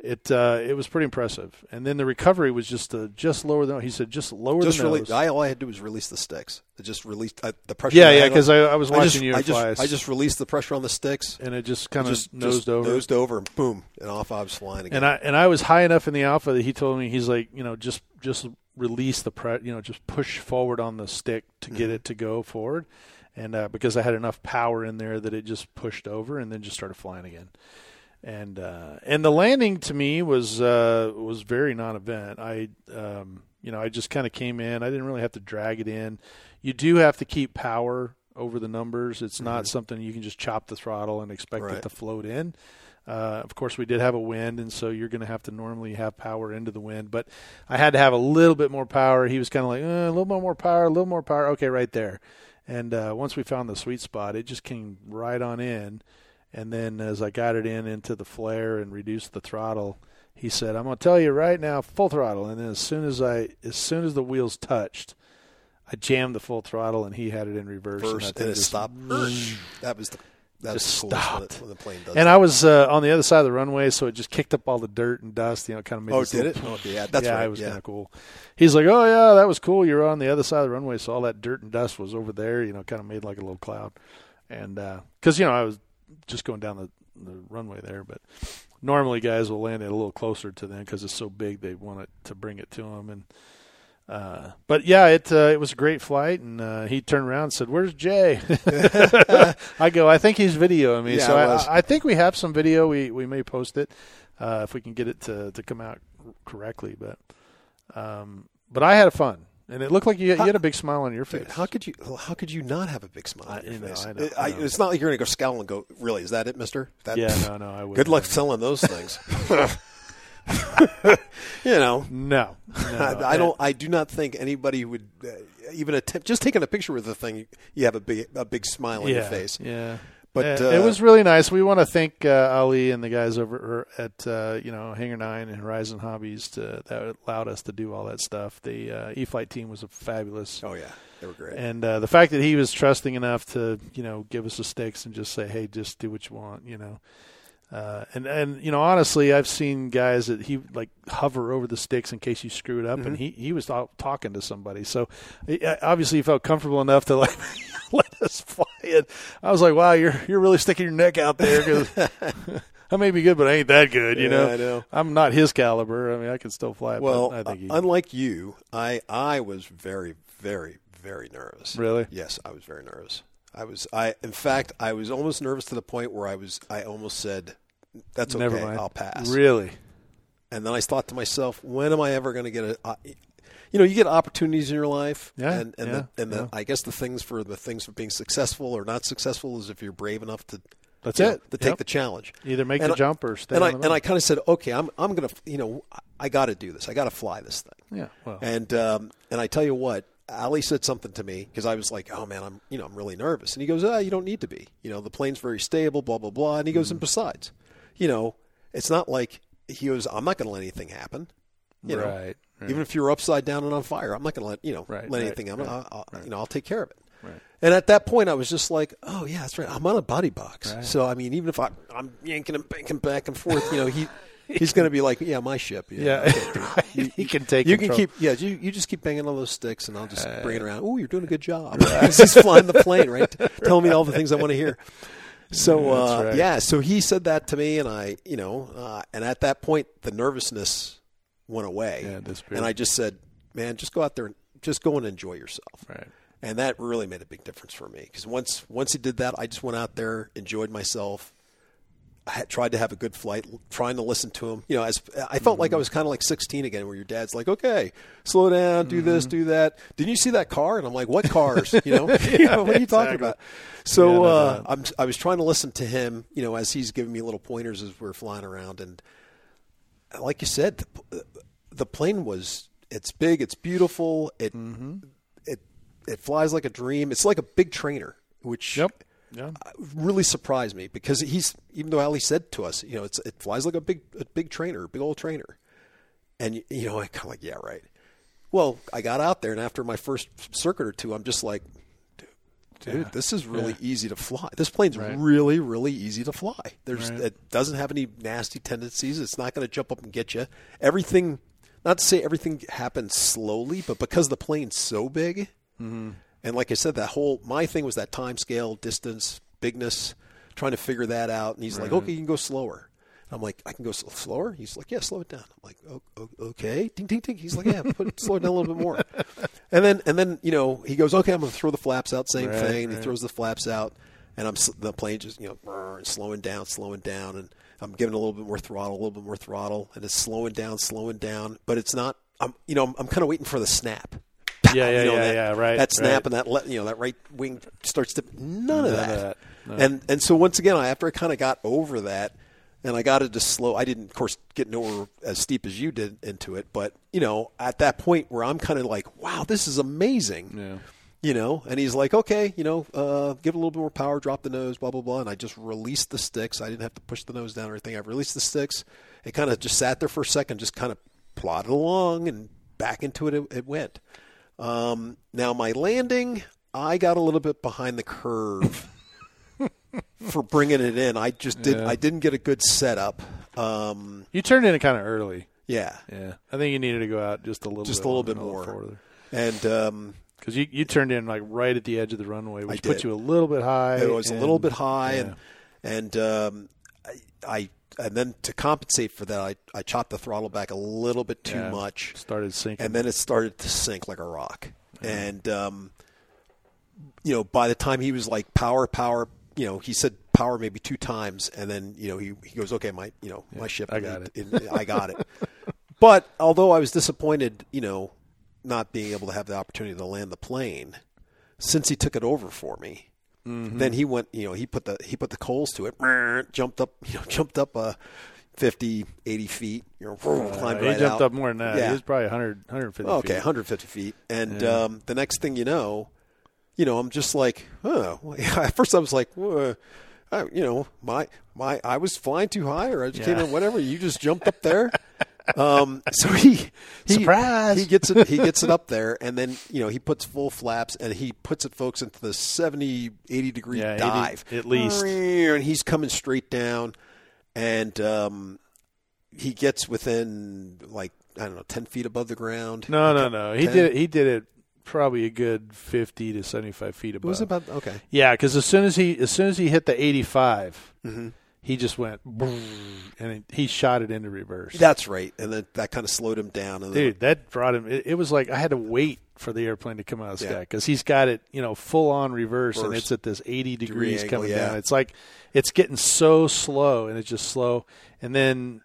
it uh, it was pretty impressive. And then the recovery was just uh, just lower than he said, just lower
just
than
really.
nose.
I all I had to do was release the sticks. I just released I, the pressure.
yeah,
I
yeah,
had on-
because I, I was watching
I just,
you
I
fly,
just I just released the pressure on the sticks.
and it just kind
just
of nosed
just
over.
nosed over, and boom, and off I was flying again.
and I and I was high enough in the alpha that he told me he's like you know just just release the pre you know just push forward on the stick to get it to go forward, and uh, because I had enough power in there that it just pushed over and then just started flying again, and uh, and the landing to me was uh, was very non-event. I um, you know I just kind of came in. I didn't really have to drag it in. You do have to keep power over the numbers. It's not something you can just chop the throttle and expect
Right.
it to float in. Uh, of course, we did have a wind, and so you're going to have to normally have power into the wind. But I had to have a little bit more power. He was kind of like, uh, a little bit more power, a little more power. Okay, right there. And uh, once we found the sweet spot, it just came right on in. And then as I got it in into the flare and reduced the throttle, he said, "I'm going to tell you right now, full throttle." And then as soon as I, as soon as the wheels touched, I jammed the full throttle, and he had it in reverse. and that
first,
thing
and it
just
stopped. That was the that was
Just
the coolest when,
stopped.
it, when the plane does.
And
that.
I was uh, on the other side of the runway, so it just kicked up all the dirt and dust. You know, kind of made.
oh,
this
did
little-
it? Oh, yeah, that's
yeah,
right.
it was
yeah.
kind of cool. He's like, "Oh yeah, that was cool. You're on the other side of the runway, so all that dirt and dust was over there. You know, kind of made like a little cloud." And because you know, I was just going down the, the runway there, but normally guys will land it a little closer to them because it's so big. They want it to bring it to them, and uh, but yeah, it uh, it was a great flight. And uh, he turned around and said, "Where's Jay?" I go, "I think he's videoing me."
Yeah,
so
I
I,
was.
I, think we have some video. We we may post it uh, if we can get it to to come out correctly. But um, but I had fun, and it looked like you, you had a big smile on your face.
Dude, how could you? How could you not have a big smile
I-
on your
you know,
face?
I know,
I-
I know.
It's not like you're going to go scowl and go, "Really? Is that it, Mister?" That,
yeah, no, no, I would.
Good luck selling those things. you know,
No, no.
I, I don't. I do not think anybody would uh, even attempt. Just taking a picture with the thing, you have a big, a big smile on
yeah,
your face.
Yeah.
But,
Uh,
uh,
it was really nice. We want to thank uh, Ali and the guys over er, at uh, you know Hangar Nine and Horizon Hobbies to, that allowed us to do all that stuff. The uh, E Flight team was fabulous,
Oh yeah, they were great.
and uh, the fact that he was trusting enough to you know give us the sticks and just say, "Hey, just do what you want," you know. Uh, and and you know honestly, I've seen guys that he like hover over the sticks in case you screw it up,
Mm-hmm.
and he he was out talking to somebody. So he- uh, obviously he felt comfortable enough to like let us fly it. I was like, wow, you're you're really sticking your neck out there because I may be good, but I ain't that good. You
Yeah,
know,
I know.
I'm not his caliber. I mean, I can still fly. it,
Well, uh,
but I think he,
unlike you, I I was very very very nervous.
Really?
Yes, I was very nervous. I was I in fact I was almost nervous to the point where I was I almost said that's okay,
never mind.
I'll pass.
Really.
And then I thought to myself, when am I ever going to get a I- you know, you get opportunities in your life,
Yeah,
and and, the,
yeah,
and
yeah.
the, I guess the things for the things for being successful or not successful is if you're brave enough to
That's
you know,
it.
to take
Yep.
the challenge,
Either make
And
the
I-
jump or stay
And
on
I
the
and I
mountain.
kind of said, okay, I'm I'm gonna you know I, I got to do this, I got to fly this thing.
Yeah. Well.
And um, and I tell you what, Ali said something to me because I was like, "Oh man, I'm you know I'm really nervous." And he goes, "Ah, you don't need to be. You know, the plane's very stable, blah blah blah." And he
Mm-hmm.
goes, "And besides, you know, it's not like he goes, I'm not going to let anything happen. You know,
Right, right.
even if you're upside down and on fire, I'm not going to let you know
Right,
let
right,
anything. I'm gonna, I'll, I'll- you know I'll take care of it." And at that point, I was just like, "Oh yeah, that's right. I'm on a body box. So I mean, even if I, I'm yanking and banking back and forth, you know, he he's going to be like, "Yeah, my ship.
Yeah,
okay."
right. he can take.
you
control. Uh,
can keep yeah you, you just keep banging on those sticks and i'll just bring it around oh you're doing a good job he's flying the plane right telling me all the things i want to hear so uh,
right.
yeah so he said that to me and i you know uh, and at that point the nervousness went away
Yeah, it disappeared.
and i just said man just go out there and just go and enjoy yourself
Right.
and that really made a big difference for me because once once he did that i just went out there enjoyed myself I had tried to have a good flight, l- trying to listen to him. You know, as I felt
Mm-hmm.
like I was kind of like 16 again, where your dad's like, "Okay, slow down, do this,
Mm-hmm.
do that." Didn't you see that car? And I'm like, "What cars?" You know, You know, what are you talking about? So
Yeah, no
uh,
doubt.
I'm I was trying to listen to him. You know, as he's giving me little pointers as we're flying around, and uh, like you said, the, uh, the plane was it's big, it's beautiful, it
Mm-hmm.
it it flies like a dream. It's like a big trainer, which
Yep. Yeah.
really surprised me because he's even though Ali said to us, you know, it's, it flies like a big a big trainer, a big old trainer, and you know, I kind of like, yeah, right. Well, I got out there, and after my first circuit or two, I'm just like, dude, dude, this is really easy to fly. This plane's really, really easy to fly. There's it doesn't have any nasty tendencies. It's not going to jump up and get you. Everything, not to say everything happens slowly, but because the plane's so big, and like I said, that whole my thing was that time scale, distance, bigness, trying to figure that out. And he's like, okay, you can go slower. I'm like, I can go sl- slower. He's like, yeah, slow it down. I'm like, "O- o- okay, ding, ding, ding. He's like, yeah, put slow it down a little bit more. And then, and then, you know, he goes, okay, I'm going to throw the flaps out. Same thing. And He throws the flaps out, and I'm s- the plane just, you know, brrr, slowing down, slowing down, and I'm giving it a little bit more throttle, a little bit more throttle, and it's slowing down, slowing down. But it's not. I'm, you know, I'm, I'm kind of waiting for the snap.
Yeah, yeah,
You know,
yeah,
that-
yeah, right,
That snap
right.
and that le- you know that right wing starts to none, of
None of
that.
that, no.
And and so once again, I after I kind of got over that, and I got into slow. I didn't, of course, get nowhere as steep as you did into it, but you know, at that point where I'm kind of like, wow, this is amazing.
Yeah.
You know, and he's like, okay, you know, uh, give it a little bit more power, drop the nose, blah blah blah. And I just released the sticks. I didn't have to push the nose down or anything. I released the sticks. It kind of just sat there for a second, just kind of plodded along, and back into it it, it went. Um, now my landing, I got a little bit behind the curve for bringing it in. I just did. not I didn't get a good setup. Um,
You turned in kind of early.
yeah,
Yeah. I think you needed to go out just a little.
just
bit
a little bit more. And um,
Because you, you turned in like right at the edge of the runway, which
did.
put you a little bit high.
it was a
and-
little bit high, and and um, I, I and then to compensate for that, I, I chopped the throttle back a little bit too
yeah,
much.
Started sinking. Uh-huh.
and then it started to sink like a rock. And um, you know, by the time he was like power, power, you know, he said power maybe two times, and then you know he, he goes, okay, my you know my ship,
I got
it- it- I got it. but although I was disappointed, you know, not being able to have the opportunity to land the plane, since he took it over for me.
Mm-hmm.
Then he went, you know, he put the he put the coals to it, jumped up, you know, jumped up uh, 50, 80 feet, you know, climbed
Uh, he
right
jumped
out.
up more than that. He was probably 100, 150
Okay,
feet.
150 feet. And um, the next thing you know, you know, I'm just like, oh. At first, I was like, "Whoa, I, you know, my my, I was flying too high, or I just came
Yeah.
in, whatever. You just jumped up there. um, so he, he
Surprise.
He gets it. He gets it up there, and then you know he puts full flaps and he puts it, folks, into the 70, 80 degree
Yeah, 80
dive
at least.
and he's coming straight down. and um, he gets within like I don't know ten feet above the ground.
No, no, no. He
Ten?
did. He did it probably a good fifty to seventy-five feet
It
above.
was about okay.
Yeah, because as soon as he as soon as he hit the 85
Mhm.
he just went boom, and it- he shot it into reverse.
That's right, and then that kind of slowed him down. And then,
Dude, that brought him. It, it was like I had to wait for the airplane to come out of the
Yeah.
sky because he's got it, you know, full on reverse, and
Reverse.
it's at this eighty degrees
angle,
coming
yeah.
down. It's like it's getting so slow, and it's just slow. And then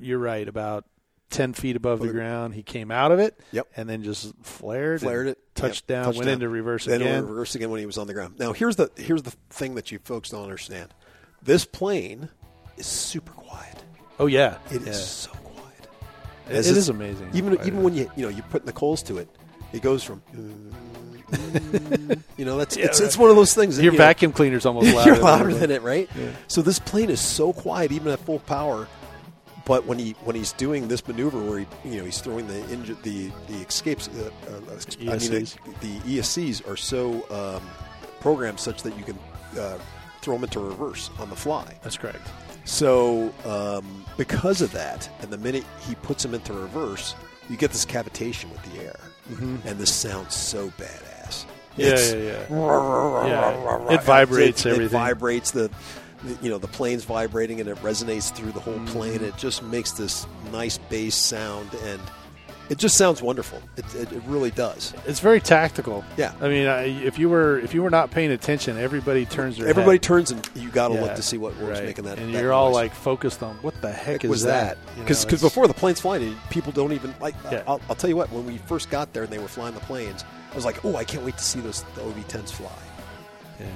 you're right about ten feet above the ground, he came out of it.
Yep.
and then just flared, and
flared it,
touched down,
yep,
went into reverse
then
again.
went into reverse again when he was on the ground. Now here's the here's the thing that you folks don't understand. This plane is super quiet.
oh yeah,
It is
Yeah.
so quiet.
It-
As
it
it's-
is amazing.
Even
Right.
even when you you know you put in the coals to it, it goes from. you know that's it's, it's one of those things. that,
your
you know,
vacuum cleaner's almost louder.
You're
than
louder
everyone.
than it, right? So this plane is so quiet, even at full power. But when he when he's doing this maneuver where he you know he's throwing the inju- the the escapes, uh, uh, I mean the,
ESCs.
the ESCs are so um, programmed such that you can uh, throw them into reverse on the fly.
That's correct.
So um, because of that, and the minute he puts him into reverse, you get this cavitation with the air, and this sounds so badass.
Mm-hmm. Yeah,
It's-
yeah, yeah. Yeah, It vibrates
it,
everything.
It vibrates the, the- you know, the plane's vibrating and it resonates through the whole plane. It just makes this nice bass sound and it just sounds wonderful. It, it, it really does.
It's very tactical.
Yeah.
I mean, I, if you were if you were not paying attention, everybody turns their
Everybody
head.
turns and you got to
Yeah,
look to see what was
right.
making that.
and
that
you're all
noise.
like focused on what the heck is
was that?
You know,
Because
it's-
before the plane's flying, eh, people don't even like.
Yeah.
I'll, I'll tell you what. When we first got there and they were flying the planes, I was like, "Oh, I can't wait to see those the OV-10s fly."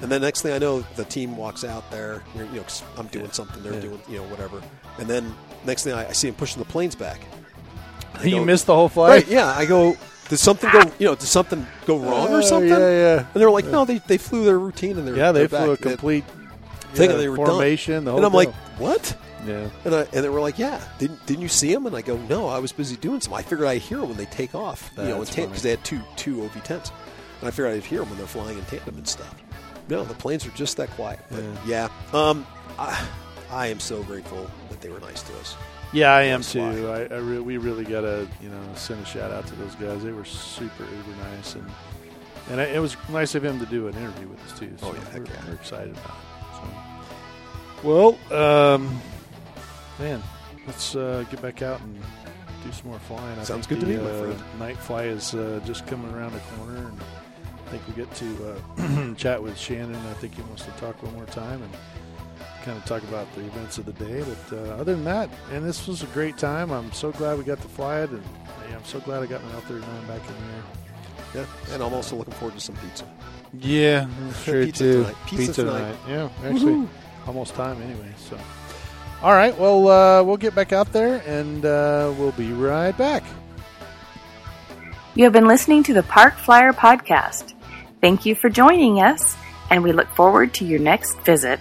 And then next thing I know, the team walks out there. You know, 'cause I'm doing something, they're doing you know whatever. And then next thing I, I see him pushing the planes back. I
you
go-
missed the whole flight.
Right? Yeah. I go. Did something go? You know, did something go wrong
Uh,
or something?
yeah, yeah.
And they're like, "No, they, they flew their routine and they're
Yeah, they
they're
flew a
back. They-
complete
thing
yeah,
and they were done.
formation. The whole
and I'm
deal.
like, "What?"
yeah,
And, I, and they were like, "Yeah, didn't didn't you see him?" And I go, "No, I was busy doing some. I figured I'd hear when they take off, you know, in
That's
tandem
funny.
because they had two two OV tents, and I figured I'd hear them when they're flying in tandem and stuff. No, the planes are just that quiet. But yeah, um, I, I am so grateful that they were nice to us.
yeah, I am
That's
too.
why.
I, I re- we really gotta you know send a shout out to those guys. They were super uber nice, and and I, it was nice of him to do an interview with us too. So
Oh, yeah, heck
we're,
yeah.
we're excited about it. So, well, um, man, let's uh, get back out and do some more flying. I
Sounds
think
good to
the,
me, my
uh,
friend.
Night fly is uh, just coming around the corner, and I think we get to uh, chat with Shannon. I think he wants to talk one more time and kind of talk about the events of the day. But uh, other than that, and this was a great time. I'm so glad we got to fly it, and yeah, I'm so glad I got my L39 back in there.
Yeah, and I'm also looking forward to some pizza.
Yeah, that's true
Pizza
too.
tonight. Pizza tonight.
Yeah, actually, almost time anyway. So, all right. Well, uh, we'll get back out there, and uh, we'll be right back.
You have been listening to the Park Flyer Podcast. Thank you for joining us, and we look forward to your next visit.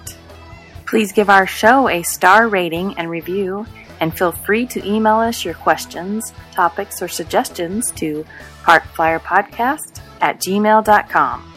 Please give our show a star rating and review, and feel free to email us your questions, topics, or suggestions to parkflyerpodcast at gmail.com.